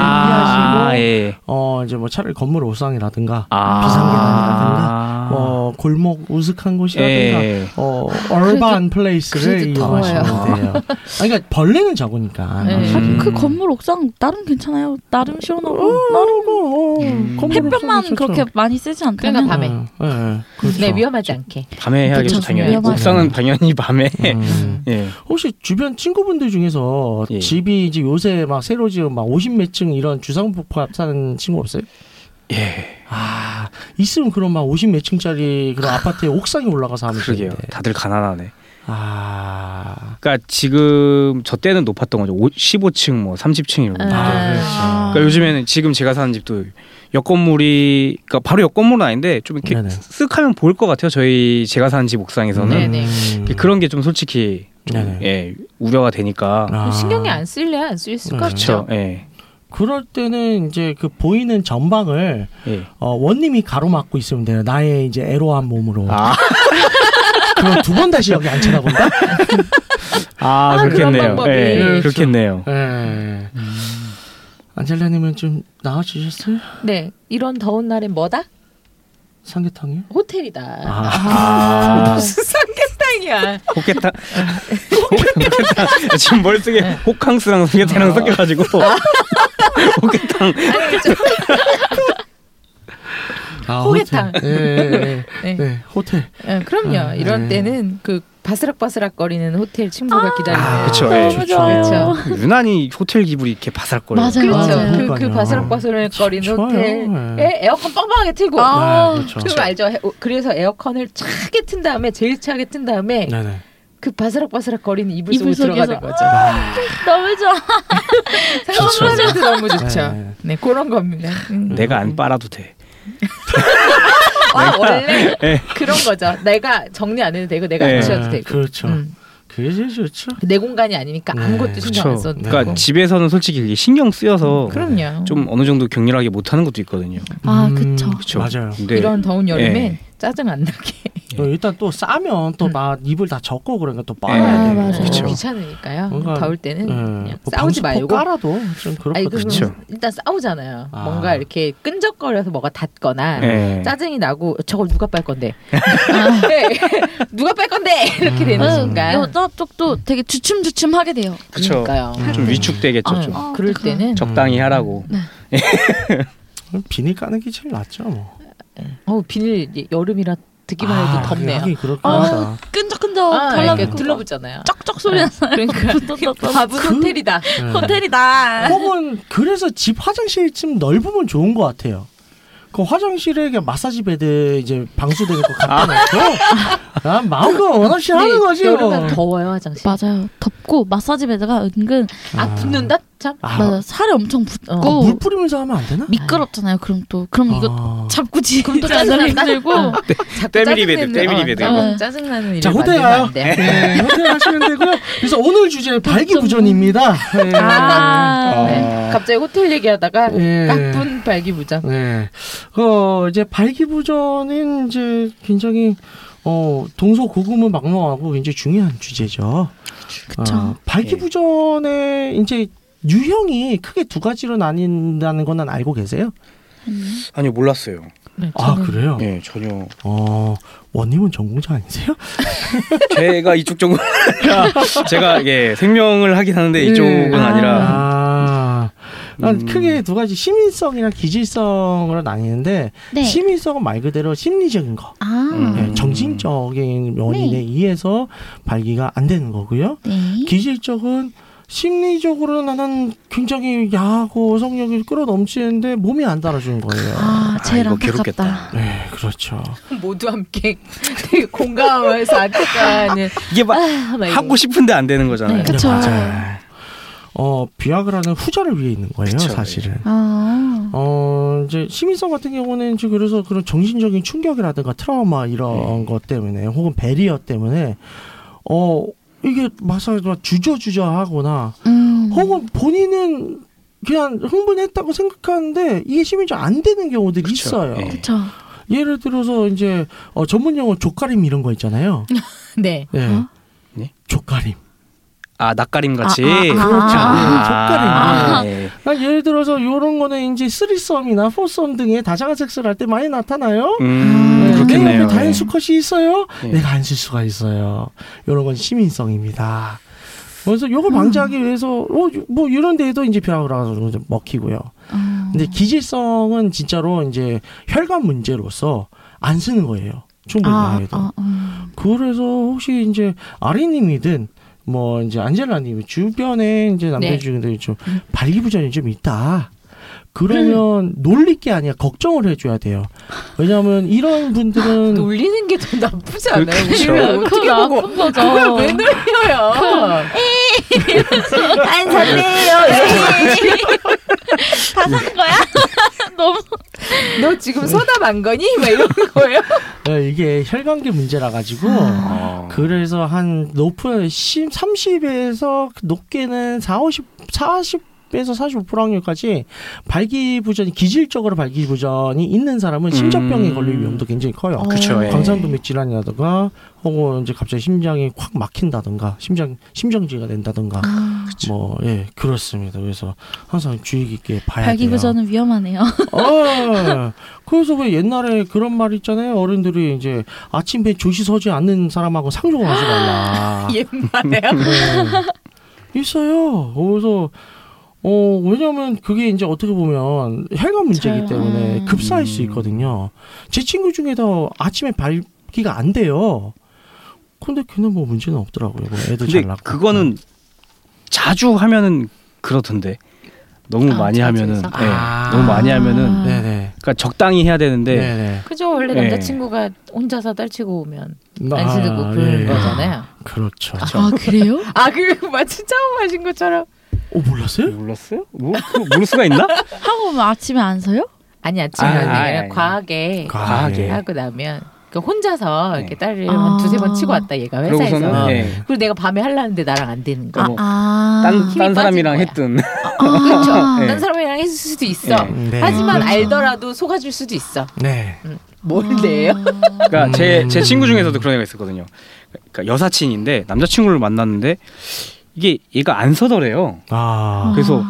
[SPEAKER 4] 이런 데 피하시고,
[SPEAKER 7] 아. 예.
[SPEAKER 4] 어 이제 뭐 차라리 건물 옥상이라든가,
[SPEAKER 7] 아.
[SPEAKER 4] 비상계단이라든가, 어 골목 우스한 곳이라든가,
[SPEAKER 7] 예.
[SPEAKER 4] 어 얼반 플레이스를
[SPEAKER 8] 그래도
[SPEAKER 4] 이용하시면 돼요. 아, 그러니까 벌레는 적으니까.
[SPEAKER 8] 네.
[SPEAKER 4] 음.
[SPEAKER 7] 음.
[SPEAKER 6] 그 건물 옥상 나름 괜찮아요. 나름 시원하고 나름
[SPEAKER 4] 어, 어,
[SPEAKER 7] 음.
[SPEAKER 4] 건물
[SPEAKER 6] 음. 햇볕만
[SPEAKER 4] 옥상이 좋죠.
[SPEAKER 6] 그렇게 많이 세지 않다면
[SPEAKER 8] 그러니까 밤에.
[SPEAKER 4] 예, 예, 그렇죠.
[SPEAKER 8] 네, 위험하지 않게.
[SPEAKER 7] 밤에 해야겠죠
[SPEAKER 6] 그쵸,
[SPEAKER 7] 당연히.
[SPEAKER 6] 위험하죠.
[SPEAKER 7] 옥상은 당연히 밤에.
[SPEAKER 4] 음.
[SPEAKER 7] (laughs) 예.
[SPEAKER 4] 혹시 주변 친구분들 중에서
[SPEAKER 7] 예.
[SPEAKER 4] 집이 이제 요새 막 새로 지은 막 50몇 층 이런 주상복합 사는 친구 없어요?
[SPEAKER 7] 예.
[SPEAKER 4] 아, 있으면 그런 막 50몇 층짜리 그런 아파트에 옥상에 올라가서 하면
[SPEAKER 7] 그러게요.
[SPEAKER 4] 되는데.
[SPEAKER 7] 다들 가난하네.
[SPEAKER 4] 아.
[SPEAKER 7] 그러니까 지금 저 때는 높았던 거죠. 오- 15층 뭐 30층 이런. 거.
[SPEAKER 8] 아,
[SPEAKER 4] 아,
[SPEAKER 7] 그러니까 요즘에는 지금 제가 사는 집도 옆 건물이 그러니까 바로 옆 건물은 아닌데 좀 이렇게
[SPEAKER 8] 그렇죠.
[SPEAKER 4] 네네.
[SPEAKER 7] 쓱 하면 보일 것 같아요. 저희 제가 사는 집 옥상에서는
[SPEAKER 8] 네네.
[SPEAKER 7] 그런 게 좀 솔직히 좀,
[SPEAKER 4] 음. 네네.
[SPEAKER 7] 예, 우려가 되니까.
[SPEAKER 4] 아.
[SPEAKER 8] 신경이 안 쓰일래야 안 쓰일 수가
[SPEAKER 4] 음.
[SPEAKER 7] 그렇죠.
[SPEAKER 8] 없죠.
[SPEAKER 7] 예.
[SPEAKER 4] 그럴 때는 이제 그 보이는 전방을
[SPEAKER 7] 예.
[SPEAKER 4] 어, 원님이 가로막고 있으면 돼요. 나의 이제 애로한 몸으로.
[SPEAKER 7] 아,
[SPEAKER 4] 그럼 두 번 다시 여기 안 쳐다본다?
[SPEAKER 7] (laughs) 아,
[SPEAKER 8] 그런
[SPEAKER 7] 그렇겠네요.
[SPEAKER 8] 방법이.
[SPEAKER 7] 예,
[SPEAKER 4] 예,
[SPEAKER 7] 그렇겠네요.
[SPEAKER 4] 예. 안젤라님은 좀 나와주셨어요?
[SPEAKER 8] 네, 이런 더운 날엔 뭐다?
[SPEAKER 4] 삼계탕이요? 아,
[SPEAKER 8] 호텔이다.
[SPEAKER 7] (laughs)
[SPEAKER 8] (laughs)
[SPEAKER 7] 아,
[SPEAKER 8] 무슨 삼계탕이야.
[SPEAKER 7] 호켓탕. 호켓탕. (laughs) 지금 머릿속에 호캉스랑 삼계탕이랑 섞여가지고. 호켓탕.
[SPEAKER 8] 아니, 그죠?
[SPEAKER 4] 아,
[SPEAKER 8] 호계탕.
[SPEAKER 4] 호텔. 예, 예,
[SPEAKER 8] 네.
[SPEAKER 4] 예. 네, 호텔.
[SPEAKER 8] 예, 그럼요. 이런
[SPEAKER 4] 음.
[SPEAKER 8] 때는 그 바스락바스락거리는 호텔 친구가 기다리는.
[SPEAKER 7] 아, 그쵸. 예.
[SPEAKER 6] 너무
[SPEAKER 4] 좋죠.
[SPEAKER 8] 그렇죠.
[SPEAKER 6] 좋아요.
[SPEAKER 7] 유난히 호텔 기분이 이렇게 바삭거려요.
[SPEAKER 6] 맞아요. 맞아요.
[SPEAKER 8] 그렇죠. 그, 그
[SPEAKER 4] 그러니까요.
[SPEAKER 8] 바스락바스락거리는
[SPEAKER 4] 참 좋아요. 예.
[SPEAKER 8] 호텔에 에어컨 빵빵하게 틀고.
[SPEAKER 4] 아, 네, 그렇죠.
[SPEAKER 8] 그거 알죠? 해- 오- 그래서 에어컨을 차게 튼 다음에 제일 차게 튼 다음에
[SPEAKER 4] 네네.
[SPEAKER 8] 그 바스락바스락 거리는 이불 속으로
[SPEAKER 6] 이불 속에서. 아,
[SPEAKER 8] 들어가는 거죠.
[SPEAKER 4] 아,
[SPEAKER 6] (laughs) 너무 좋아.
[SPEAKER 4] 음,
[SPEAKER 8] 생각만 해도 너무
[SPEAKER 4] 네.
[SPEAKER 8] 좋죠. 네, 그런 겁니다. 음.
[SPEAKER 7] 내가 안 빨아도 돼.
[SPEAKER 8] 아, 원래
[SPEAKER 7] 예.
[SPEAKER 8] 그런 거죠. 내가 정리 안 해도 되고 내가
[SPEAKER 7] 네.
[SPEAKER 8] 안 쉬어도 되고.
[SPEAKER 4] 그렇죠.
[SPEAKER 8] 음.
[SPEAKER 4] 그게 제일 좋죠.
[SPEAKER 8] 내 공간이 아니니까
[SPEAKER 4] 네,
[SPEAKER 8] 아무것도 신경 안
[SPEAKER 7] 그렇죠.
[SPEAKER 8] 써도 되고. 음,
[SPEAKER 7] 그러니까 집에서는 솔직히 이게 신경 쓰여서
[SPEAKER 8] 그럼요.
[SPEAKER 7] 좀 어느 정도 격렬하게 못 하는 것도 있거든요.
[SPEAKER 6] 아,
[SPEAKER 4] 음,
[SPEAKER 6] 그쵸.
[SPEAKER 7] 그렇죠.
[SPEAKER 4] 맞아요.
[SPEAKER 7] 근데
[SPEAKER 8] 이런 더운 여름에
[SPEAKER 7] 예.
[SPEAKER 8] 짜증 안 나게.
[SPEAKER 4] 어, 일단 또 싸면 또 막 이불 다 젖고 그러니까 또
[SPEAKER 7] 아,
[SPEAKER 4] 빨아야 돼요.
[SPEAKER 6] 맞아요.
[SPEAKER 7] 그쵸.
[SPEAKER 8] 귀찮으니까요.
[SPEAKER 4] 뭔가,
[SPEAKER 8] 더울 때는
[SPEAKER 4] 예,
[SPEAKER 8] 그냥
[SPEAKER 4] 뭐
[SPEAKER 8] 싸우지
[SPEAKER 4] 방수포
[SPEAKER 8] 말고.
[SPEAKER 4] 깔아도 좀
[SPEAKER 8] 아니,
[SPEAKER 4] 그렇거든요.
[SPEAKER 8] 그럼
[SPEAKER 7] 그쵸.
[SPEAKER 8] 일단 싸우잖아요.
[SPEAKER 4] 아. 네.
[SPEAKER 8] 뭔가 이렇게 끈적거려서 뭐가 닿거나
[SPEAKER 7] 예.
[SPEAKER 8] 짜증이 나고 저걸 누가 빨
[SPEAKER 4] (laughs)
[SPEAKER 8] 건데 네. 누가 빨 건데 이렇게 되는
[SPEAKER 4] 아. 음.
[SPEAKER 8] 순간
[SPEAKER 6] 여자 쪽도 네, 되게 주춤주춤하게 돼요.
[SPEAKER 7] 그쵸.
[SPEAKER 8] 그러니까요.
[SPEAKER 4] 음.
[SPEAKER 7] 좀 위축되겠죠.
[SPEAKER 8] 아,
[SPEAKER 7] 좀.
[SPEAKER 6] 어,
[SPEAKER 8] 그럴
[SPEAKER 6] 그럼.
[SPEAKER 8] 때는
[SPEAKER 7] 적당히 하라고.
[SPEAKER 4] 비닐 까는 게 제일 낫죠. 뭐.
[SPEAKER 8] 어 비닐 여름이라 듣기만 해도
[SPEAKER 4] 아,
[SPEAKER 8] 덥네요.
[SPEAKER 4] 하긴 그렇긴
[SPEAKER 6] 아,
[SPEAKER 4] 하다.
[SPEAKER 6] 끈적끈적
[SPEAKER 8] 아, 그러니까
[SPEAKER 6] 어, 달라붙고
[SPEAKER 8] 들러붙잖아요.
[SPEAKER 6] 쩍쩍 어, 소리 나잖아요.
[SPEAKER 8] 그러니까 밥은
[SPEAKER 4] 그-
[SPEAKER 8] 호텔이다.
[SPEAKER 6] 네.
[SPEAKER 4] 예.
[SPEAKER 6] (laughs) 호텔이다.
[SPEAKER 4] 혹은 그래서 집 화장실이 좀 넓으면 좋은 것 같아요. 그 화장실에 그냥 마사지 베드 이제 방수되는 거 갖다 놓고 난 마음껏 원없이 아, 하는 거지.
[SPEAKER 8] 아. 네,
[SPEAKER 4] 뭐.
[SPEAKER 8] 여름엔 더워요 화장실.
[SPEAKER 6] 맞아요. 덥고 마사지 베드가 은근
[SPEAKER 8] 아 붙는다 참.
[SPEAKER 4] 아,
[SPEAKER 6] 맞아 살이 엄청 붙고
[SPEAKER 4] 아, 물 뿌리면서 하면 안 되나?
[SPEAKER 6] 미끄럽잖아요. 그럼 또 그럼 이거
[SPEAKER 4] 아.
[SPEAKER 6] 잡고 지 (laughs) 아.
[SPEAKER 8] 그럼 또 짜증난다.
[SPEAKER 6] 힘들고
[SPEAKER 8] 어. 자꾸
[SPEAKER 7] 때밀이 베드,
[SPEAKER 8] 짜증내는-
[SPEAKER 7] 때밀이
[SPEAKER 8] 어,
[SPEAKER 7] 베드.
[SPEAKER 8] 어, 짜증나는 일을
[SPEAKER 4] 자 호텔
[SPEAKER 8] 만들면
[SPEAKER 4] 가요.
[SPEAKER 8] 안뭐 돼.
[SPEAKER 4] 네, 호텔 하시면 되고요. 그래서 오늘 주제 발기부전입니다. 네.
[SPEAKER 6] 아,
[SPEAKER 8] 네. 갑자기 호텔 얘기하다가
[SPEAKER 4] 예.
[SPEAKER 8] 나쁜 발기부전.
[SPEAKER 4] 네. 어, 이제 발기부전은 이제 굉장히 어, 동서고금을 막론하고 굉장히 중요한 주제죠.
[SPEAKER 6] 그쵸.
[SPEAKER 4] 발기부전에 아, 이제 유형이 크게 두 가지로 나뉜다는 거는 알고 계세요?
[SPEAKER 7] 아니요 몰랐어요.
[SPEAKER 8] 네,
[SPEAKER 4] 아
[SPEAKER 8] 저는
[SPEAKER 4] 그래요?
[SPEAKER 7] 예 전혀
[SPEAKER 4] 어 원님은 전공자 아니세요?
[SPEAKER 7] 제가 이쪽 정도 제가 예 생명을 하긴 하는데 이쪽은
[SPEAKER 8] 음.
[SPEAKER 7] 아니라
[SPEAKER 4] 아, 난
[SPEAKER 7] 음.
[SPEAKER 4] 크게 두 가지 시민성이랑 기질성으로 나뉘는데
[SPEAKER 6] 네.
[SPEAKER 4] 시민성은 말 그대로 심리적인 거,
[SPEAKER 6] 아,
[SPEAKER 4] 예,
[SPEAKER 7] 음.
[SPEAKER 4] 정신적인 원인에
[SPEAKER 6] 네.
[SPEAKER 4] 의해서 발기가 안 되는 거고요.
[SPEAKER 6] 네.
[SPEAKER 4] 기질적은 심리적으로 나는 굉장히 야하고 성욕이 끌어넘치는데 몸이 안 따라주는 거예요.
[SPEAKER 6] 아, 제일
[SPEAKER 7] 이거
[SPEAKER 6] 안타깝다.
[SPEAKER 7] 괴롭겠다.
[SPEAKER 4] 네, 그렇죠.
[SPEAKER 8] 모두 함께 되게 공감하면서 아까는
[SPEAKER 7] 이게 막
[SPEAKER 8] 아, 막 이런
[SPEAKER 7] 하고 싶은데 안 되는
[SPEAKER 6] 네,
[SPEAKER 7] 거잖아요. 그렇죠.
[SPEAKER 6] 그쵸.
[SPEAKER 4] 맞아요. 어, 비아그라는 후자를 위해 있는 거예요,
[SPEAKER 7] 그쵸, 네.
[SPEAKER 4] 사실은.
[SPEAKER 6] 아,
[SPEAKER 4] 어 이제 시민성 같은 경우는 이제 그래서 그런 정신적인 충격이라든가 트라우마
[SPEAKER 7] 네.
[SPEAKER 4] 이런 것 때문에 혹은 배리어 때문에 어 이게 마사지가 주저주저하거나
[SPEAKER 6] 음.
[SPEAKER 4] 혹은 본인은 그냥 흥분했다고 생각하는데 이게 심리적 안 되는 경우들이
[SPEAKER 7] 그쵸.
[SPEAKER 4] 있어요.
[SPEAKER 7] 예.
[SPEAKER 6] 그쵸.
[SPEAKER 4] 예를 들어서 이제 어, 전문 용어 족가림 이런 거
[SPEAKER 6] (laughs)
[SPEAKER 4] 있잖아요.
[SPEAKER 8] 네.
[SPEAKER 4] 예.
[SPEAKER 6] 어?
[SPEAKER 7] 네?
[SPEAKER 4] 족가림.
[SPEAKER 7] 아 낯가림 같이. 음,
[SPEAKER 6] 아, 아,
[SPEAKER 4] 그렇죠.
[SPEAKER 6] 아,
[SPEAKER 4] 예, 족가림.
[SPEAKER 7] 아, 예.
[SPEAKER 4] 아, 예를 들어서 이런 거는 이제 쓰리썸이나 포썸 등의 다자간 섹스를 할 때 많이 나타나요.
[SPEAKER 7] 음,
[SPEAKER 4] 네, 내
[SPEAKER 7] 그렇겠네요.
[SPEAKER 4] 옆에 다른
[SPEAKER 7] 예.
[SPEAKER 4] 수컷이 있어요.
[SPEAKER 7] 예.
[SPEAKER 4] 내가 안 쓸 수가 있어요. 이런 건 시민성입니다. 그래서 요걸 방지하기
[SPEAKER 6] 음.
[SPEAKER 4] 위해서 어, 뭐 이런 데에도 이제 비아그라가 좀 먹히고요.
[SPEAKER 6] 어.
[SPEAKER 4] 근데 기질성은 진짜로 이제 혈관 문제로서 안 쓰는 거예요. 충분히
[SPEAKER 6] 아,
[SPEAKER 4] 해도.
[SPEAKER 6] 아, 음.
[SPEAKER 4] 그래서 혹시 이제 아리님이든 뭐 이제 안젤라님 주변에 이제 남자
[SPEAKER 8] 네.
[SPEAKER 4] 중에 좀 발기부전이 좀 있다. 그러면 놀릴 게 아니라 걱정을 해줘야 돼요. 왜냐하면 이런 분들은
[SPEAKER 8] 놀리는 게 더 나쁘지 않아요?
[SPEAKER 7] 그렇죠.
[SPEAKER 8] 우리는 어떻게
[SPEAKER 6] 그거
[SPEAKER 8] 보고
[SPEAKER 6] 나쁜 거죠.
[SPEAKER 8] 그걸 왜 놀려요? 네.
[SPEAKER 6] 안 샀네요. 다 산 거야? (laughs) 너무.
[SPEAKER 8] 너 지금 소담 안 거니? 막 이런 거예요?
[SPEAKER 4] 네, 이게 혈관계 문제라 가지고
[SPEAKER 7] 아.
[SPEAKER 4] 그래서 한 높은 10, 30에서 높게는 4, 50, 40 에서 45% 확률까지 발기부전이 기질적으로 발기부전이 있는 사람은 심장병에
[SPEAKER 7] 음.
[SPEAKER 4] 걸릴 위험도 굉장히 커요.
[SPEAKER 7] 그쵸, 예.
[SPEAKER 6] 네.
[SPEAKER 4] 광상동맥 질환이라든가 혹은 이제 갑자기 심장이 확 막힌다든가 심장 심정지가 된다든가
[SPEAKER 6] 아,
[SPEAKER 4] 뭐 예 그렇습니다. 그래서 항상 주의 깊게 봐야 돼요.
[SPEAKER 6] 발기부전은 위험하네요.
[SPEAKER 4] 어, 그래서 왜 옛날에 그런 말 있잖아요. 어른들이 이제 아침에 조시 서지 않는 사람하고 상종을 하지
[SPEAKER 8] 아.
[SPEAKER 4] 말라.
[SPEAKER 8] (laughs) 옛말에요?
[SPEAKER 4] 네. 있어요. 그래서 어 왜냐면 그게 이제 어떻게 보면 혈관 문제이기
[SPEAKER 6] 그쵸.
[SPEAKER 4] 때문에
[SPEAKER 6] 음.
[SPEAKER 4] 급사할 수 있거든요. 제 친구 중에도 아침에 발기가 안 돼요. 근데 걔는 뭐 문제는 없더라고요. 뭐 애도
[SPEAKER 7] 근데
[SPEAKER 4] 잘 낳고. 네.
[SPEAKER 7] 그거는 자주 하면은 그렇던데 너무
[SPEAKER 3] 아,
[SPEAKER 7] 많이
[SPEAKER 3] 자주
[SPEAKER 7] 하면은
[SPEAKER 3] 해서?
[SPEAKER 7] 예,
[SPEAKER 4] 아.
[SPEAKER 7] 너무 많이 하면은
[SPEAKER 4] 네네.
[SPEAKER 7] 그러니까 적당히 해야 되는데
[SPEAKER 4] 네네.
[SPEAKER 8] 그죠 원래
[SPEAKER 7] 네.
[SPEAKER 8] 남자친구가 혼자서 떨치고 오면 안
[SPEAKER 4] 아,
[SPEAKER 8] 쓰고
[SPEAKER 4] 예.
[SPEAKER 8] 그런 거잖아요.
[SPEAKER 4] 그렇죠.
[SPEAKER 6] 아, 그래요?
[SPEAKER 8] 네. 아그 마치 처음 하신 것처럼
[SPEAKER 4] 어 몰랐어요?
[SPEAKER 7] 몰랐어요? 뭐 그거 모를 수가 있나?
[SPEAKER 6] (laughs) 하고 오면 아침에 안 서요?
[SPEAKER 8] 아니 아침에
[SPEAKER 7] 아,
[SPEAKER 8] 아니라
[SPEAKER 7] 아, 아, 아.
[SPEAKER 8] 과하게
[SPEAKER 7] 과하게.
[SPEAKER 8] 하고 나면 그 혼자서 이렇게
[SPEAKER 7] 네.
[SPEAKER 8] 딸을
[SPEAKER 6] 아.
[SPEAKER 8] 한 두세 번 치고 왔다 얘가 (laughs) 회사에서 어.
[SPEAKER 7] 그러고서는
[SPEAKER 4] 아.
[SPEAKER 7] 예.
[SPEAKER 8] 그리고 내가 밤에 하려는데 나랑 안 되는 거.
[SPEAKER 7] 아,
[SPEAKER 6] 아,
[SPEAKER 7] 뭐,
[SPEAKER 6] 아.
[SPEAKER 7] 딴,
[SPEAKER 8] 힘이
[SPEAKER 7] 딴
[SPEAKER 8] 빠진
[SPEAKER 7] 사람이랑
[SPEAKER 8] 거야.
[SPEAKER 7] 했든 (laughs)
[SPEAKER 6] 아,
[SPEAKER 8] 그렇죠.
[SPEAKER 7] 네.
[SPEAKER 8] 다른 사람이랑 했을 수도 있어.
[SPEAKER 7] 예.
[SPEAKER 4] 네.
[SPEAKER 8] 하지만
[SPEAKER 6] 그렇죠.
[SPEAKER 8] 알더라도 속아줄 수도 있어.
[SPEAKER 4] 네.
[SPEAKER 6] 아.
[SPEAKER 8] 뭔데요?
[SPEAKER 7] 그러니까 제 제
[SPEAKER 4] 음.
[SPEAKER 7] 친구 중에서도 그런 애가 있었거든요. 그러니까 여사친인데 남자친구를 만났는데 이게 얘가 안 서더래요.
[SPEAKER 4] 아.
[SPEAKER 7] 그래서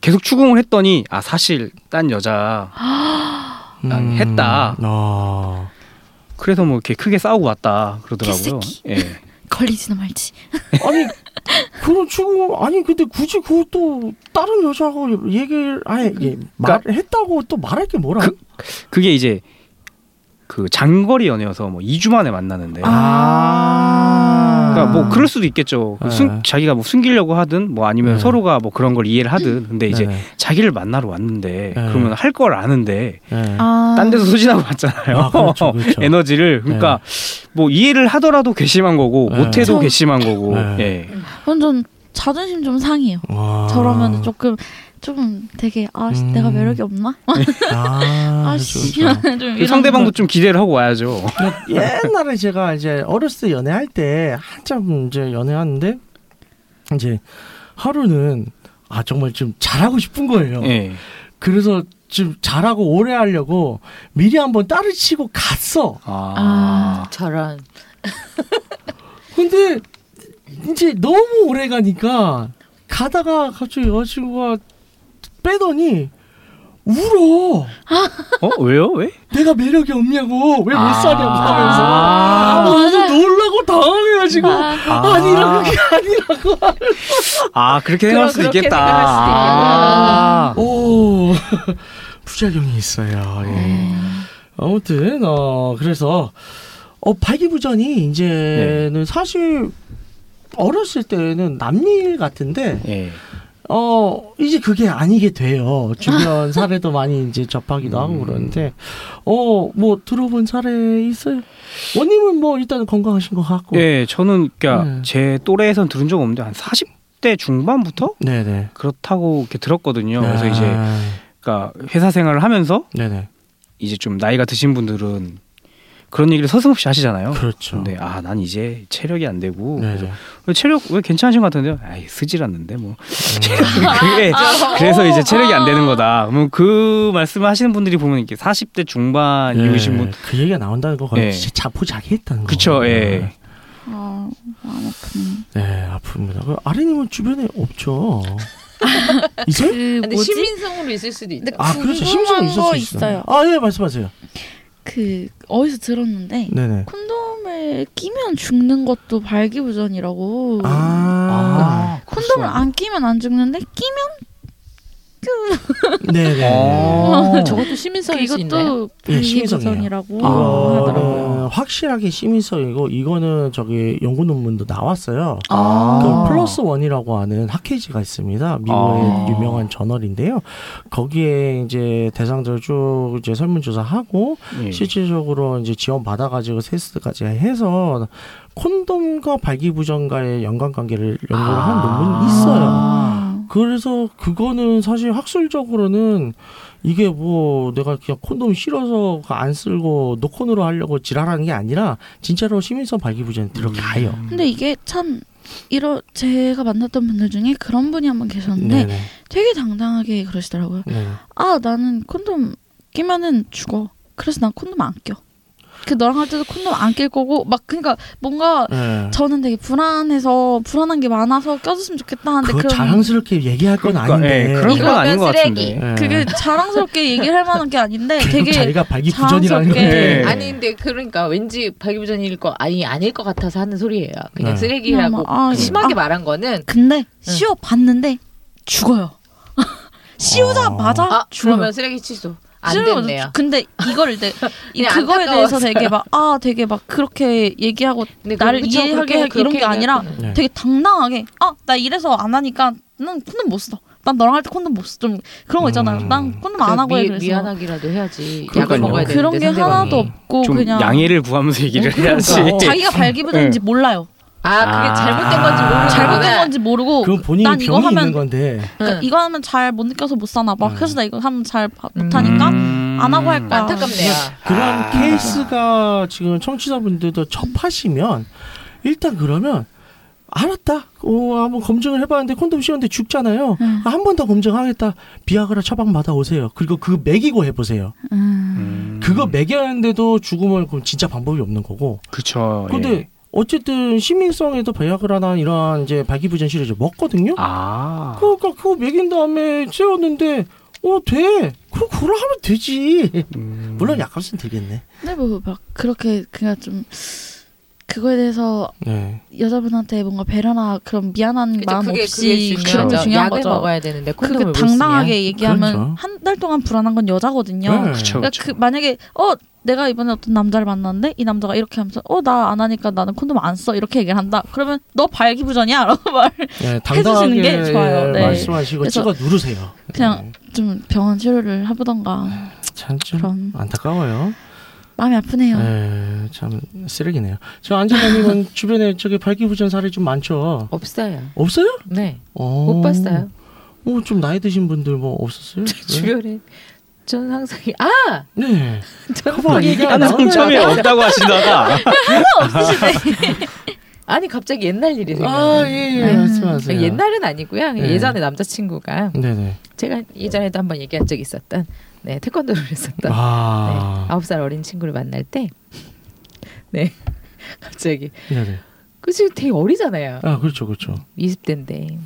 [SPEAKER 7] 계속 추궁을 했더니 아 사실 딴 여자
[SPEAKER 8] (gasps)
[SPEAKER 7] 난 했다.
[SPEAKER 4] 아.
[SPEAKER 7] 그래서 뭐 이렇게 크게 싸우고 왔다 그러더라고요. 예.
[SPEAKER 6] (laughs) 걸리지나 말지.
[SPEAKER 4] 아니 그런 친구 아니 근데 굳이 그것도 다른 여자하고 얘기를 아예 예, 말했다고 또 말할 게 뭐라?
[SPEAKER 7] 그러니까 그- 그게 이제 그 장거리 연애여서 뭐 2주 만에 만나는데
[SPEAKER 4] 아.
[SPEAKER 7] 그러니까 뭐 그럴 수도 있겠죠. 그 숨-
[SPEAKER 4] 네.
[SPEAKER 7] 자기가 뭐 숨기려고 하든 뭐 아니면
[SPEAKER 4] 네.
[SPEAKER 7] 서로가 뭐 그런 걸 이해를 하든 근데 이제
[SPEAKER 4] 네네.
[SPEAKER 7] 자기를 만나러 왔는데
[SPEAKER 4] 네.
[SPEAKER 7] 그러면 할 걸 아는데
[SPEAKER 4] 네.
[SPEAKER 6] 아.
[SPEAKER 7] 딴 데서 소진하고 왔잖아요.
[SPEAKER 4] 아, 그렇죠, 그렇죠.
[SPEAKER 7] (laughs) 에너지를 그러니까 뭐 이해를 하더라도 괘씸한 거고
[SPEAKER 4] 네.
[SPEAKER 7] 못해도
[SPEAKER 6] 저- 음.
[SPEAKER 7] 괘씸한 거고
[SPEAKER 4] 네.
[SPEAKER 7] 예.
[SPEAKER 6] 완전 자존심 좀 상해요.
[SPEAKER 4] 와.
[SPEAKER 6] 저러면 조금 좀 되게 아 씨,
[SPEAKER 4] 아. 음.
[SPEAKER 6] 내가 매력이 없나?
[SPEAKER 7] (laughs)
[SPEAKER 4] 아,
[SPEAKER 6] 아씨
[SPEAKER 4] 그렇죠, 그렇죠.
[SPEAKER 6] 좀 이런 거.
[SPEAKER 7] 상대방도 좀 기대를 하고 와야죠.
[SPEAKER 4] 옛날에 제가 이제 어렸을 때 연애할 때 한참 이제 연애하는데 이제 하루는 아 정말 좀 잘하고 싶은 거예요.
[SPEAKER 7] 예.
[SPEAKER 4] 그래서 지금 잘하고 오래 하려고 미리 한번 따를 치고 갔어.
[SPEAKER 7] 아.
[SPEAKER 8] 저런.
[SPEAKER 4] 근데 이제 너무 오래 가니까 가다가 갑자기 여자친구가 빼더니 울어.
[SPEAKER 7] 어 왜요 왜?
[SPEAKER 4] 내가 매력이 없냐고 왜 못 사냐고 하면서
[SPEAKER 7] 아,
[SPEAKER 4] 완전 놀라고 당황해가지고
[SPEAKER 7] 아.
[SPEAKER 4] 아. 니라 그게 아니라
[SPEAKER 7] 아 그렇게 생각할 수도
[SPEAKER 8] 그렇게
[SPEAKER 7] 있겠다. 아.
[SPEAKER 8] 생각할 수도
[SPEAKER 4] 오 (laughs) 부작용이 있어요 예.
[SPEAKER 7] 네.
[SPEAKER 4] 아무튼 어 그래서 어 발기부전이 이제는
[SPEAKER 7] 네.
[SPEAKER 4] 사실 어렸을 때는 남일 같은데
[SPEAKER 7] 예.
[SPEAKER 4] 어 이제 그게 아니게 돼요.
[SPEAKER 7] (laughs)
[SPEAKER 4] 주변 사례도 많이 이제 접하기도 하고
[SPEAKER 7] 음.
[SPEAKER 4] 그러는데 어 뭐 들어본 사례 있어요? 원님은 뭐 일단 건강하신 것 같고.
[SPEAKER 7] 예, 저는 그러니까
[SPEAKER 4] 네.
[SPEAKER 7] 제 또래에선 들은 적 없는데 한 40대 중반부터
[SPEAKER 4] 네네.
[SPEAKER 7] 그렇다고 이렇게 들었거든요. 그래서
[SPEAKER 4] 아,
[SPEAKER 7] 이제 그러니까 회사 생활을 하면서
[SPEAKER 4] 네네
[SPEAKER 7] 이제 좀 나이가 드신 분들은 그런 얘기를 서슴없이 하시잖아요.
[SPEAKER 4] 그렇죠.
[SPEAKER 7] 근데 아 난 이제 체력이 안 되고
[SPEAKER 4] 네네.
[SPEAKER 7] 그래서 체력 왜 괜찮으신 것 같은데요? 아이 쓰질 않는데 뭐
[SPEAKER 4] 음.
[SPEAKER 7] 그게 그래서 이제 체력이 안 되는 거다. 그러면 그 말씀하시는 분들이 보면 이렇게 40대 중반 이후이신 분
[SPEAKER 4] 그 얘기가 나온다는 거 거의
[SPEAKER 7] 예.
[SPEAKER 4] 진짜 자포자기했다는 거.
[SPEAKER 7] 그쵸, 예.
[SPEAKER 6] 어, 마음 아프네.
[SPEAKER 4] 네 아픕니다. 그 아래님은 주변에 (laughs) 없죠. 있어요?
[SPEAKER 6] 그
[SPEAKER 8] 근데
[SPEAKER 6] 뭐지?
[SPEAKER 8] 시민성으로 있을 수도 있다.
[SPEAKER 4] 아 그렇죠. 심지어
[SPEAKER 6] 궁금한
[SPEAKER 4] 있을
[SPEAKER 6] 거
[SPEAKER 4] 수 있어요.
[SPEAKER 6] 있어요.
[SPEAKER 4] 아예 말씀하세요.
[SPEAKER 6] 그 어디서 들었는데
[SPEAKER 4] 네네.
[SPEAKER 6] 콘돔을 끼면 죽는 것도 발기부전이라고.
[SPEAKER 4] 아,
[SPEAKER 6] 콘돔을 안 끼면 안 죽는데 끼면
[SPEAKER 4] 네네.
[SPEAKER 7] 어.
[SPEAKER 8] 저것도 시민성일 수 있나요?
[SPEAKER 6] 이것도
[SPEAKER 4] 예, 시민성이에요. 아.
[SPEAKER 6] 발기부전이라고 하더라고요.
[SPEAKER 4] 이거는 네, 확실하게 시민성이고 이거는 저기 연구 논문도 나왔어요.
[SPEAKER 7] 아.
[SPEAKER 4] 그 플러스 원이라고 하는 핫케이지가 있습니다. 미국의
[SPEAKER 7] 아.
[SPEAKER 4] 유명한 저널인데요. 거기에 이제 대상자를 쭉 이제 설문조사하고
[SPEAKER 7] 예.
[SPEAKER 4] 실질적으로 이제 지원 받아가지고 테스트까지 해서 콘돔과 발기부전과의 연관관계를 연구를 한
[SPEAKER 7] 아.
[SPEAKER 4] 논문이 있어요.
[SPEAKER 6] 아.
[SPEAKER 4] 그래서 그거는 사실 학술적으로는 이게 뭐 내가 그냥 콘돔 실어서 그안 쓰고 노콘으로 하려고 지랄하는 게 아니라 진짜로 시민성 발기부전에
[SPEAKER 7] 음.
[SPEAKER 4] 들어가요.
[SPEAKER 6] 근데 이게 참 이런 제가 만났던 분들 중에 그런 분이 한 분 계셨는데
[SPEAKER 4] 네네.
[SPEAKER 6] 되게 당당하게 그러시더라고요.
[SPEAKER 4] 네.
[SPEAKER 6] 아 나는 콘돔 끼면은 죽어. 그래서 난 콘돔 안 껴. 그 너랑 할 때도 콘돔 안 낄 거고 막 그러니까 뭔가
[SPEAKER 4] 네.
[SPEAKER 6] 저는 되게 불안해서 불안한 게 많아서 껴줬으면 좋겠다 하는데
[SPEAKER 4] 그거
[SPEAKER 6] 그런-
[SPEAKER 4] 자랑스럽게 얘기할 건
[SPEAKER 7] 그러니까,
[SPEAKER 4] 아닌데
[SPEAKER 7] 예, 그런
[SPEAKER 6] 이거
[SPEAKER 7] 건 아닌 것
[SPEAKER 5] 쓰레기.
[SPEAKER 7] 같은데.
[SPEAKER 4] 예.
[SPEAKER 6] 그게 자랑스럽게 얘기를 할 만한 게
[SPEAKER 4] (laughs)
[SPEAKER 6] 아닌데
[SPEAKER 4] 결국
[SPEAKER 6] 되게
[SPEAKER 4] 자기가 발기부전이라는 거
[SPEAKER 6] 자연스럽게.
[SPEAKER 4] 네.
[SPEAKER 7] 예.
[SPEAKER 8] 아니 근데 그러니까 왠지 발기부전일 거 아니 아닐 것 같아서 하는 소리예요. 그냥
[SPEAKER 4] 네.
[SPEAKER 8] 쓰레기라고
[SPEAKER 6] 그냥 막, 아,
[SPEAKER 8] 심하게
[SPEAKER 6] 아.
[SPEAKER 8] 말한 거는
[SPEAKER 6] 근데 씌워 봤는데 죽어요. (laughs) 씌우자마자
[SPEAKER 8] 아
[SPEAKER 6] 죽어요.
[SPEAKER 8] 죽으면 쓰레기 취소 안
[SPEAKER 6] 씌우자마자
[SPEAKER 8] 됐네요.
[SPEAKER 6] 죽- 근데 이걸 이제 이
[SPEAKER 8] (laughs) 그냥
[SPEAKER 6] 그거에 대해서
[SPEAKER 8] 안타까웠어요.
[SPEAKER 6] 되게 막 아 되게 막 그렇게 얘기하고
[SPEAKER 7] 네.
[SPEAKER 8] 근데
[SPEAKER 6] 나를
[SPEAKER 8] 그쵸,
[SPEAKER 6] 이해하게
[SPEAKER 8] 그렇게-
[SPEAKER 6] 할 이런
[SPEAKER 8] 그렇게
[SPEAKER 6] 게 아니라
[SPEAKER 8] 얘기할 거는.
[SPEAKER 4] 네.
[SPEAKER 6] 되게 당당하게 아 나 이래서 안 하니까 난 콘돔 못 써. 난 너랑 할 때 콘돔 못 써. 좀 그런 거 있잖아요.
[SPEAKER 4] 음.
[SPEAKER 6] 난 콘돔 안 하고 해
[SPEAKER 8] 미,
[SPEAKER 6] 그래서
[SPEAKER 8] 미안하기라도 해야지
[SPEAKER 7] 그러니까요.
[SPEAKER 8] 약을 먹어야 되는데
[SPEAKER 6] 그런 게
[SPEAKER 8] 상대방이.
[SPEAKER 6] 하나도 없고
[SPEAKER 7] 좀
[SPEAKER 6] 그냥 어,
[SPEAKER 7] 양해를 구하면서 얘기를 해야지.
[SPEAKER 4] 그러니까.
[SPEAKER 6] 자기가 발기부전인지 몰라요.
[SPEAKER 8] 아 그게
[SPEAKER 7] 아.
[SPEAKER 8] 잘못된 건지 모르는
[SPEAKER 6] 잘못된 건지 모르고
[SPEAKER 4] 그건 본인이
[SPEAKER 6] 난
[SPEAKER 4] 어, 병이
[SPEAKER 6] 이거
[SPEAKER 4] 있는
[SPEAKER 6] 하면
[SPEAKER 4] 건데
[SPEAKER 6] 그러니까 이거 하면 잘 못 느껴서 못 사나 봐.
[SPEAKER 4] 음.
[SPEAKER 6] 그래서 나 이거 하면 잘 바-
[SPEAKER 8] 음.
[SPEAKER 6] 못하니까 안 하고 할 거야.
[SPEAKER 8] 안타깝네요.
[SPEAKER 4] 그런
[SPEAKER 7] 아.
[SPEAKER 4] 케이스가 지금 청취자분들도 접하시면 일단 그러면 알았다. 어, 한번 검증을 해봤는데 콘돔 씌웠는데 죽잖아요.
[SPEAKER 6] 음.
[SPEAKER 4] 한 번 더 검증하겠다. 비아그라 처방 받아 오세요. 그리고 그 먹이고 해보세요.
[SPEAKER 6] 음.
[SPEAKER 4] 그거 먹였는데도 죽으면 그럼 진짜 방법이 없는 거고.
[SPEAKER 7] 그쵸.
[SPEAKER 4] 근데
[SPEAKER 7] 예.
[SPEAKER 4] 어쨌든 시민성에도 비아그라나 이런 이제 발기부전 시리즈 먹거든요.
[SPEAKER 7] 아.
[SPEAKER 4] 그러니까 그거 먹인 다음에 씌웠는데 어 돼. 그럼 그걸 하면 되지.
[SPEAKER 7] 음.
[SPEAKER 4] 물론 약값은 들겠네.
[SPEAKER 6] 근데 뭐막 그렇게 그냥 좀 그거에 대해서
[SPEAKER 4] 네.
[SPEAKER 6] 여자분한테 뭔가 배려나 그런 미안한
[SPEAKER 8] 그죠,
[SPEAKER 6] 마음
[SPEAKER 8] 그게-
[SPEAKER 6] 없이
[SPEAKER 8] 그게
[SPEAKER 6] 그런 게
[SPEAKER 8] 중요하죠.
[SPEAKER 6] 중요한
[SPEAKER 8] 약을
[SPEAKER 6] 거죠.
[SPEAKER 8] 먹어야 되는데 콘돔을
[SPEAKER 6] 그게
[SPEAKER 8] 못 쓰면.
[SPEAKER 6] 당당하게 얘기하면
[SPEAKER 4] 그렇죠.
[SPEAKER 6] 한 달 동안 불안한 건 여자거든요.
[SPEAKER 4] 네.
[SPEAKER 7] 그쵸.
[SPEAKER 6] 그러니까 그 만약에 어 내가 이번에 어떤 남자를 만났는데 이 남자가 이렇게 하면서 어 나 안 하니까 나는 콘돔 안 써 이렇게 얘기를 한다. 그러면 너 발기부전이야라고 말.
[SPEAKER 4] 네,
[SPEAKER 6] 해주시는 게
[SPEAKER 4] 당당하게
[SPEAKER 6] 좋아요. 네.
[SPEAKER 4] 말씀하시고
[SPEAKER 6] 그래서
[SPEAKER 4] 찍어 누르세요.
[SPEAKER 6] 그냥 좀 병원 치료를 해보던가
[SPEAKER 4] 네, 참좀
[SPEAKER 6] 그런
[SPEAKER 4] 안타까워요.
[SPEAKER 6] 마음이 아프네요.
[SPEAKER 4] 에, 참 쓰레기네요. 저 안재현님은 주변에 저기 발기부전 사례 좀 많죠.
[SPEAKER 8] 없어요.
[SPEAKER 4] 없어요?
[SPEAKER 8] 네.
[SPEAKER 4] 어.
[SPEAKER 8] 못 봤어요.
[SPEAKER 4] 어, 좀 나이 드신 분들 뭐 없었어요?
[SPEAKER 8] 주변에 전 항상 이- 아
[SPEAKER 4] 네.
[SPEAKER 8] 저는
[SPEAKER 4] 가만
[SPEAKER 8] 그 얘기가
[SPEAKER 4] 안
[SPEAKER 7] 항상
[SPEAKER 4] 나와요.
[SPEAKER 7] 참여 없다고 하시다가
[SPEAKER 8] 아니 갑자기 옛날 일이
[SPEAKER 4] 아
[SPEAKER 8] 생각나요.
[SPEAKER 4] 예, 예.
[SPEAKER 8] 네.
[SPEAKER 4] 말씀하세요.
[SPEAKER 8] 옛날은 아니고요.
[SPEAKER 4] 네.
[SPEAKER 8] 예전에 남자친구가
[SPEAKER 4] 네네.
[SPEAKER 8] 제가 예전에도 한번 얘기한 적이 있었던 네 태권도를 했었던
[SPEAKER 4] 아.
[SPEAKER 8] 네, 아홉 살 어린 친구를 만날 때 (laughs) 네. (laughs) 갑자기
[SPEAKER 4] 네네.
[SPEAKER 8] 그치 되게 어리잖아요.
[SPEAKER 4] 아 그렇죠 그렇죠.
[SPEAKER 8] 20대인데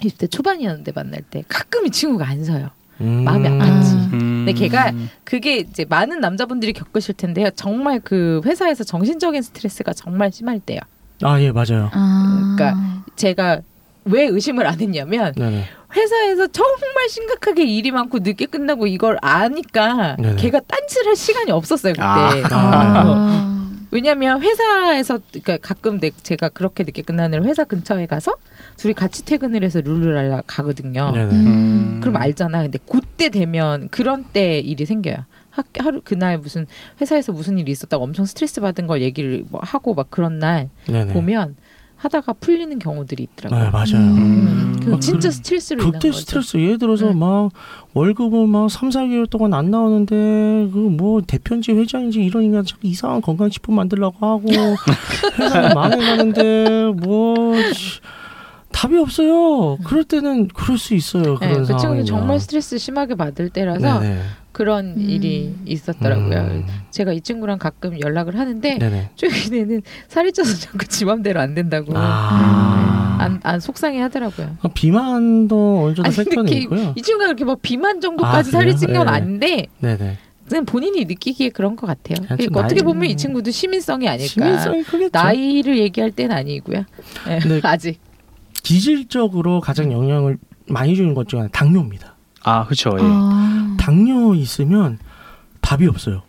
[SPEAKER 8] 20대 초반이었는데 만날 때 가끔 이 친구가 안 서요.
[SPEAKER 4] 음.
[SPEAKER 8] 마음이 아팠지.
[SPEAKER 6] 아.
[SPEAKER 8] 근데 걔가
[SPEAKER 7] 음.
[SPEAKER 8] 그게 이제 많은 남자분들이 겪으실 텐데요. 정말 그 회사에서 정신적인 스트레스가 정말 심할 때요.
[SPEAKER 4] 아, 예, 맞아요.
[SPEAKER 6] 아.
[SPEAKER 8] 그러니까 제가 왜 의심을 안 했냐면
[SPEAKER 4] 네네.
[SPEAKER 8] 회사에서 정말 심각하게 일이 많고 늦게 끝나고 이걸 아니까
[SPEAKER 4] 네네.
[SPEAKER 8] 걔가 딴질할 시간이 없었어요 그때.
[SPEAKER 7] 아.
[SPEAKER 6] 아.
[SPEAKER 8] 왜냐면 회사에서 그러니까 가끔 내, 제가 그렇게 늦게 끝나는 회사 근처에 가서 둘이 같이 퇴근을 해서 룰루랄라 가거든요.
[SPEAKER 4] 아. 네네.
[SPEAKER 6] 음.
[SPEAKER 8] 그럼 알잖아. 근데 그때 되면 그런 때 일이 생겨요. 학, 하루 그날 무슨 회사에서 무슨 일이 있었다고 엄청 스트레스 받은 걸 얘기를 뭐 하고 막 그런 날
[SPEAKER 4] 네네.
[SPEAKER 8] 보면 하다가 풀리는 경우들이 있더라고요.
[SPEAKER 4] 네, 맞아요.
[SPEAKER 6] 음.
[SPEAKER 8] 음, 그건
[SPEAKER 4] 음.
[SPEAKER 8] 진짜 스트레스로 인한
[SPEAKER 4] 그때
[SPEAKER 8] 거죠. 네.
[SPEAKER 4] 스트레스 예를 들어서
[SPEAKER 8] 응.
[SPEAKER 4] 막 월급은 막 3, 4개월 동안 안 나오는데 그 뭐 대표인지 회장인지 이런 인간 자꾸 이상한 건강식품 만들려고
[SPEAKER 8] (laughs)
[SPEAKER 4] 하고 회사는 망해가는데 뭐 씨, 답이 없어요. 그럴 때는 그럴 수 있어요.
[SPEAKER 8] 음. 네,
[SPEAKER 4] 그런
[SPEAKER 8] 그 친구는
[SPEAKER 4] 상황이
[SPEAKER 8] 정말 스트레스 심하게 받을 때라서
[SPEAKER 4] 네네.
[SPEAKER 8] 그런
[SPEAKER 6] 음.
[SPEAKER 8] 일이 있었더라고요. 네.
[SPEAKER 4] 음.
[SPEAKER 8] 제가 이 친구랑 가끔 연락을 하는데
[SPEAKER 4] 네네.
[SPEAKER 8] 최근에는 살이 쪄서 자꾸 지 맘대로 안 된다고
[SPEAKER 4] 아.
[SPEAKER 8] 음. 안, 안 속상해 하더라고요.
[SPEAKER 4] 비만도 어느 정도
[SPEAKER 8] 아니,
[SPEAKER 4] 패턴이
[SPEAKER 8] 느낌-
[SPEAKER 4] 있고요.
[SPEAKER 8] 이 친구가 그렇게 막 비만 정도까지
[SPEAKER 4] 아,
[SPEAKER 8] 살이
[SPEAKER 4] 그래요?
[SPEAKER 8] 찐 건
[SPEAKER 4] 네.
[SPEAKER 8] 아닌데
[SPEAKER 4] 네네.
[SPEAKER 8] 그냥 본인이 느끼기에 그런 것 같아요.
[SPEAKER 4] 좀
[SPEAKER 8] 그러니까 어떻게
[SPEAKER 4] 나이- 음.
[SPEAKER 8] 보면 이 친구도 시민성이 아닐까.
[SPEAKER 4] 시민성이 그렇죠. 크겠죠.
[SPEAKER 8] 그러니까 나이를 얘기할 때는 아니고요. 네,
[SPEAKER 4] 근데
[SPEAKER 8] (laughs) 아직.
[SPEAKER 4] 기질적으로 가장 영향을 많이 주는 것 중 하나 당뇨입니다.
[SPEAKER 7] 아 그렇죠. 예.
[SPEAKER 6] 아.
[SPEAKER 4] 당뇨 있으면 답이 없어요.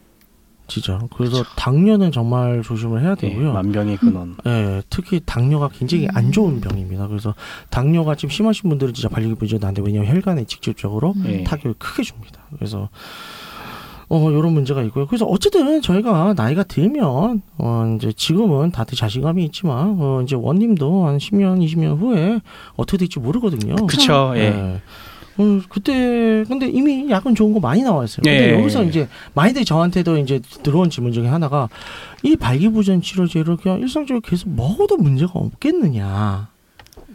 [SPEAKER 4] 진짜. 그래서 당뇨는 정말 조심을 해야
[SPEAKER 7] 예,
[SPEAKER 4] 되고요.
[SPEAKER 7] 만병의 근원.
[SPEAKER 4] 예, 특히 당뇨가 굉장히 안 좋은 병입니다. 그래서 당뇨가 지금 심하신 분들은 진짜 발리기 문제도 안 되고 왜냐면 혈관에 직접적으로
[SPEAKER 7] 예.
[SPEAKER 4] 타격을 크게 줍니다. 그래서 어 이런 문제가 있고요. 그래서 어쨌든 저희가 나이가 들면 어 이제 지금은 다들 자신감이 있지만 어 이제 원님도 한 10년, 20년 후에 어떻게 될지 모르거든요.
[SPEAKER 7] 그렇죠. 예.
[SPEAKER 4] 예. 어, 그때 근데 이미 약은 좋은 거 많이 나와 있어요. 근데
[SPEAKER 7] 예.
[SPEAKER 4] 여기서 이제 많이들 저한테도 이제 들어온 질문 중에 하나가 이 발기부전 치료제를 그냥 일상적으로 계속 먹어도 문제가 없겠느냐.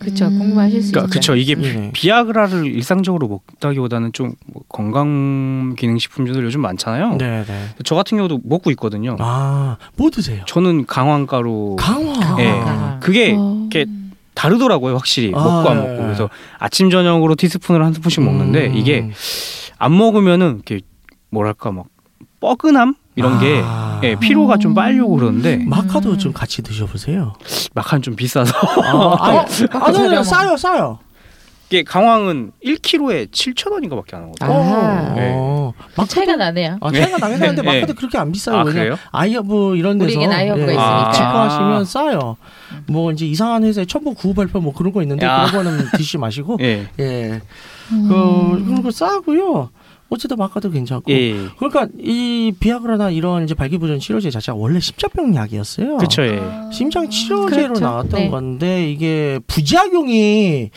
[SPEAKER 8] 그쵸.
[SPEAKER 6] 음. 네.
[SPEAKER 8] 궁금하실 수
[SPEAKER 7] 그러니까
[SPEAKER 8] 있죠.
[SPEAKER 7] 그렇죠. 이게
[SPEAKER 4] 예.
[SPEAKER 7] 비아그라를 일상적으로 먹다기보다는 좀뭐 건강 기능 식품들 요즘 많잖아요.
[SPEAKER 4] 네, 네.
[SPEAKER 7] 저 같은 경우도 먹고 있거든요.
[SPEAKER 4] 아, 뭐 드세요?
[SPEAKER 7] 저는 강황가루
[SPEAKER 4] 강화.
[SPEAKER 7] 예.
[SPEAKER 8] 아.
[SPEAKER 7] 그게
[SPEAKER 6] 어.
[SPEAKER 7] 이렇게 다르더라고요, 확실히
[SPEAKER 4] 아,
[SPEAKER 7] 먹고 안
[SPEAKER 4] 예,
[SPEAKER 7] 먹고
[SPEAKER 4] 예.
[SPEAKER 7] 그래서 아침 저녁으로 티스푼을 한 스푼씩 먹는데
[SPEAKER 4] 음.
[SPEAKER 7] 이게 안 먹으면은 이렇게 뭐랄까 막 뻐근함 이런 게
[SPEAKER 4] 아. 음.
[SPEAKER 7] 예, 피로가 좀 빨려고 그러는데
[SPEAKER 4] 마카도 좀 같이 드셔보세요.
[SPEAKER 7] 막한 좀 비싸서 (laughs)
[SPEAKER 4] 아, 아니, 아, 네, 네,
[SPEAKER 8] 먹어.
[SPEAKER 4] 싸요, 싸요.
[SPEAKER 7] 이게 강황은 1kg에 7,000원인가밖에 안 하거든요.
[SPEAKER 8] 아하.
[SPEAKER 4] 어, 어.
[SPEAKER 8] 그
[SPEAKER 4] 마카도-
[SPEAKER 8] 차이가 나네요.
[SPEAKER 4] 아, 차이가 나긴 하는데
[SPEAKER 7] 예.
[SPEAKER 4] 마카도 그렇게 안 비싸요.
[SPEAKER 7] 아,
[SPEAKER 4] 왜냐
[SPEAKER 7] 그래요?
[SPEAKER 4] 아이허브 이런 데서
[SPEAKER 8] 우리에겐 아이허브가 음.
[SPEAKER 7] 있으니까.
[SPEAKER 4] 직구하시면
[SPEAKER 7] 아.
[SPEAKER 4] 싸요. 뭐 이제 이상한 회사에 첨부 구호 발표 뭐 그런 거 있는데
[SPEAKER 7] 야.
[SPEAKER 4] 그런
[SPEAKER 7] (laughs)
[SPEAKER 4] 거는 드시지 마시고
[SPEAKER 7] 예.
[SPEAKER 4] 예. 그
[SPEAKER 8] 음.
[SPEAKER 4] 그런 거 싸고요. 어쨌든 마카도 괜찮고.
[SPEAKER 7] 예.
[SPEAKER 4] 그러니까 이 비아그라나 이런 이제 발기부전 치료제 자체가 원래 심장병 약이었어요.
[SPEAKER 7] 그쵸 예.
[SPEAKER 4] 심장 치료제로
[SPEAKER 8] 그렇죠.
[SPEAKER 4] 나왔던
[SPEAKER 8] 네.
[SPEAKER 4] 건데 이게 부작용이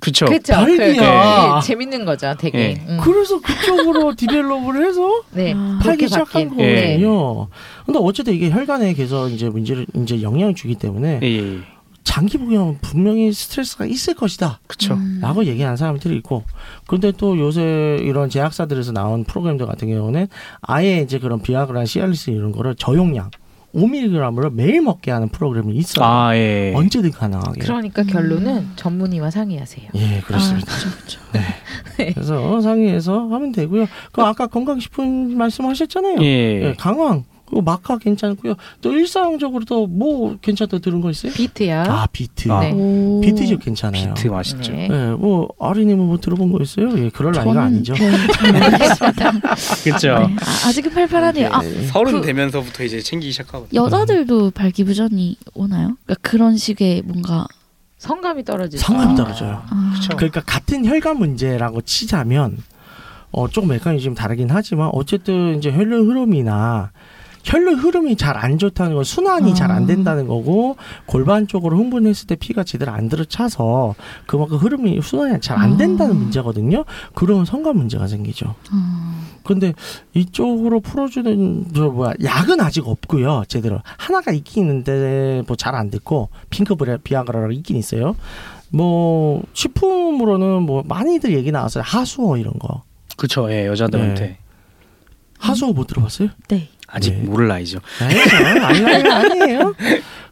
[SPEAKER 7] 그쵸.
[SPEAKER 8] 그쵸. 그,
[SPEAKER 4] 발기야.
[SPEAKER 8] 그게 재밌는 거죠. 되게.
[SPEAKER 7] 예.
[SPEAKER 8] 음.
[SPEAKER 4] 아. 그래서
[SPEAKER 8] (laughs)
[SPEAKER 4] 그쪽으로 디벨롭을 해서
[SPEAKER 8] 네.
[SPEAKER 4] 아. 팔기
[SPEAKER 8] 그렇게
[SPEAKER 4] 시작한
[SPEAKER 8] 바뀐-
[SPEAKER 7] 예.
[SPEAKER 4] 거거든요. 근데 어쨌든 이게 혈관에 계속 이제 문제를 이제 영향을 주기 때문에
[SPEAKER 7] 예, 예.
[SPEAKER 4] 장기 복용하면 분명히 스트레스가 있을 것이다.
[SPEAKER 7] 그쵸.
[SPEAKER 6] 음.
[SPEAKER 8] 음.
[SPEAKER 4] 라고 얘기하는 사람들이 있고 근데 또 요새 이런 제약사들에서 나온 프로그램들 같은 경우는 아예 이제 그런 비아그라 시알리스 이런 거를 저용량 5mg으로 매일 먹게 하는 프로그램이 있어요.
[SPEAKER 7] 아, 예.
[SPEAKER 4] 언제든 가능하게.
[SPEAKER 8] 그러니까 결론은 전문의와 상의하세요.
[SPEAKER 4] 예,
[SPEAKER 8] 아,
[SPEAKER 6] 아,
[SPEAKER 4] 그렇습니다.
[SPEAKER 8] 예.
[SPEAKER 4] 네. 그래서 상의해서 하면 되고요. 그 아까 건강식품 말씀하셨잖아요.
[SPEAKER 7] 예.
[SPEAKER 4] 예, 강황, 그 마카 괜찮고요. 또 일상적으로 또 뭐 괜찮다 들은 거 있어요?
[SPEAKER 8] 비트야.
[SPEAKER 4] 아 비트.
[SPEAKER 7] 아.
[SPEAKER 8] 네.
[SPEAKER 4] 비트즙 괜찮아요.
[SPEAKER 7] 비트 맛있죠.
[SPEAKER 8] 네.
[SPEAKER 4] 예, 뭐 아린님은 뭐 들어본 거 있어요? 예, 그럴 나이가 아니죠. 어.
[SPEAKER 6] 모르겠습니다.
[SPEAKER 4] (laughs)
[SPEAKER 7] 그쵸.
[SPEAKER 6] 네. 아, 아직은 팔팔하네요. 아,
[SPEAKER 7] 서른
[SPEAKER 6] 그-
[SPEAKER 7] 되면서부터 이제 챙기기 시작하거든요.
[SPEAKER 4] 음.
[SPEAKER 6] 여자들도 발기부전이 오나요? 그러니까 그런 식의 뭔가
[SPEAKER 8] 성감이 떨어지죠.
[SPEAKER 4] 성감이 떨어져요.
[SPEAKER 6] 아,
[SPEAKER 4] 그러니까 같은 혈관 문제라고 치자면 어 조금 메커니즘이 좀 다르긴 하지만 어쨌든 이제 혈류 흐름이나 혈류 흐름이 잘 안 좋다는 건 순환이
[SPEAKER 6] 아.
[SPEAKER 4] 잘 안 된다는 거고 골반 쪽으로 흥분했을 때 피가 제대로 안 들어차서 그만큼 흐름이 순환이 잘 안 된다는
[SPEAKER 6] 아.
[SPEAKER 4] 문제거든요. 그러면 성관 문제가 생기죠. 근데 이쪽으로 풀어주는 저 뭐야 약은 아직 없고요 제대로 하나가 있긴 있는데 뭐 잘 안 듣고 핑크 브레 비아그라가 있긴 있어요 뭐 식품으로는 뭐 많이들 얘기 나왔어요 하수어 이런 거
[SPEAKER 7] 그쵸, 예, 여자들한테.
[SPEAKER 4] 네. 하수어 못 들어봤어요?
[SPEAKER 6] 네.
[SPEAKER 7] 아직
[SPEAKER 4] 네.
[SPEAKER 7] 모를 나이죠.
[SPEAKER 4] 아니죠 아니에요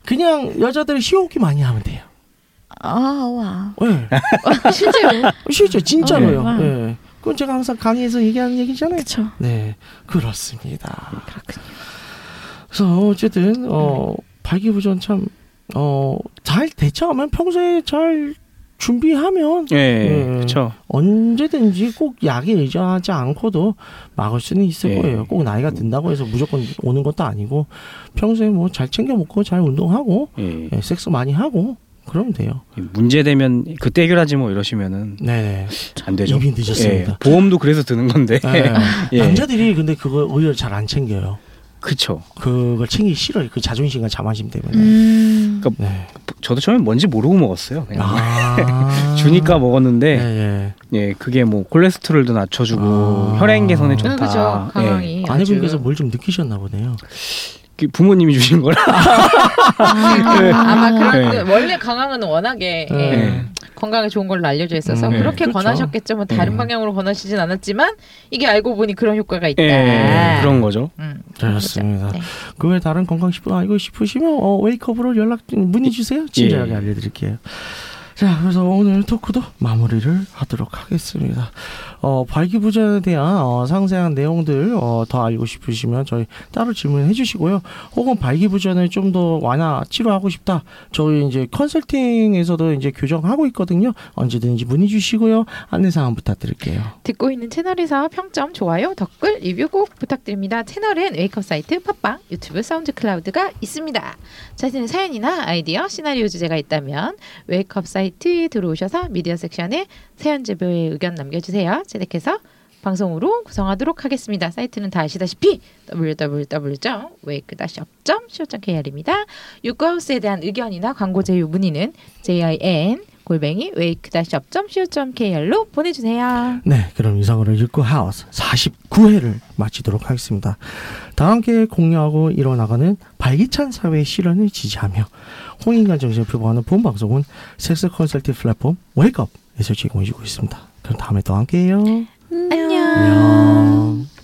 [SPEAKER 4] 그냥 여자들이 시호흡기 많이 하면 돼요
[SPEAKER 6] 아,
[SPEAKER 4] 예.
[SPEAKER 6] 와.
[SPEAKER 4] (laughs)
[SPEAKER 6] 실제로?
[SPEAKER 4] 실제 진짜로요.
[SPEAKER 6] 어, 네.
[SPEAKER 4] 예. 그건 제가 항상 강의에서 얘기하는 얘기잖아요.
[SPEAKER 6] 그쵸.
[SPEAKER 4] 네, 그렇습니다. 그래서 어쨌든 어 발기부전 참어잘 대처하면 평소에 잘 준비하면
[SPEAKER 7] 예,
[SPEAKER 4] 예.
[SPEAKER 7] 그렇죠.
[SPEAKER 4] 언제든지 꼭 약에 의존하지 않고도 막을 수는 있을
[SPEAKER 7] 예.
[SPEAKER 4] 거예요. 꼭 나이가 든다고 해서 무조건 오는 것도 아니고 평소에 뭐 잘 챙겨 먹고 잘 운동하고
[SPEAKER 7] 예.
[SPEAKER 4] 예, 섹스 많이 하고 그러면 돼요.
[SPEAKER 7] 문제 되면 그때 해결하지 뭐 이러시면은
[SPEAKER 4] 네,
[SPEAKER 7] 안 되죠.
[SPEAKER 4] 이미 늦었습니다.
[SPEAKER 7] 예, 보험도 그래서 드는 건데.
[SPEAKER 4] 네.
[SPEAKER 7] 예.
[SPEAKER 4] 남자들이 근데 그걸 오히려 잘 안 챙겨요.
[SPEAKER 7] (laughs) 그렇죠.
[SPEAKER 4] 그걸 챙기기 싫어요. 그 자존심과 자만심 때문에.
[SPEAKER 6] 음.
[SPEAKER 4] 네.
[SPEAKER 7] 저도 처음에 뭔지 모르고 먹었어요. 그냥.
[SPEAKER 4] (laughs) 아.
[SPEAKER 7] 주니까
[SPEAKER 4] 예,
[SPEAKER 7] 먹었는데
[SPEAKER 4] 예.
[SPEAKER 7] 예 그게 뭐 콜레스테롤도 낮춰주고
[SPEAKER 4] 아.
[SPEAKER 7] 혈행 개선에
[SPEAKER 4] 음,
[SPEAKER 7] 좋다.
[SPEAKER 8] 그죠.
[SPEAKER 7] 예.
[SPEAKER 8] 강황이. 네, 아주.
[SPEAKER 4] 아내분께서 뭘 좀 느끼셨나 보네요.
[SPEAKER 7] 그 부모님이 주신 거라.
[SPEAKER 8] 아마 그런
[SPEAKER 7] 네.
[SPEAKER 8] 원래 강황은 워낙에 예,
[SPEAKER 7] 예.
[SPEAKER 8] 건강에 좋은 걸로 알려져 있어서
[SPEAKER 7] 음, 네.
[SPEAKER 8] 그렇게
[SPEAKER 4] 그렇죠.
[SPEAKER 8] 권하셨겠죠. 뭐 다른
[SPEAKER 7] 음.
[SPEAKER 8] 방향으로 권하시진 않았지만 이게 알고 보니 그런 효과가 있다.
[SPEAKER 7] 예, 그런 거죠.
[SPEAKER 8] 음.
[SPEAKER 4] 그렇습니다.
[SPEAKER 8] 네.
[SPEAKER 4] 그 외에 다른 건강 식품 알고 싶으시면 어, 웨이크업으로 연락 좀 문의 주세요. 친절하게
[SPEAKER 7] 예.
[SPEAKER 4] 알려드릴게요. 자, 그래서 오늘 토크도 마무리를 하도록 하겠습니다. 어, 발기부전에 대한 어, 상세한 내용들 어, 더 알고 싶으시면 저희 따로 질문해 주시고요. 혹은 발기부전을 좀 더 완화 치료하고 싶다. 저희 이제 컨설팅에서도 이제 교정하고 있거든요. 언제든지 문의 주시고요. 안내사항 부탁드릴게요.
[SPEAKER 8] 듣고 있는 채널에서 평점, 좋아요, 댓글, 리뷰 꼭 부탁드립니다. 채널은 웨이크업 사이트, 팟빵, 유튜브, 사운드 클라우드가 있습니다. 자신의 사연이나 아이디어, 시나리오 주제가 있다면 웨이크업 사이트에 들어오셔서 미디어 섹션에 사연 제보의 의견 남겨주세요. 채택해서 방송으로 구성하도록 하겠습니다. 사이트는 다 아시다시피 www.wake-up.co.kr입니다. 유쿠하우스에 대한 의견이나 광고 제휴 문의는 jin 골뱅이 wake-up.co.kr로 보내주세요.
[SPEAKER 4] 네, 그럼 이상으로 육구 하우스 49회를 마치도록 하겠습니다. 다 함께 공유하고 일어나가는 발기찬 사회의 실현을 지지하며 홍인간 정신을 표방하는 본 방송은 섹스 컨설팅 플랫폼 웨이크업에서 제공해주고 있습니다. 그럼 다음에 또 함께해요.
[SPEAKER 6] 안녕.
[SPEAKER 4] 안녕.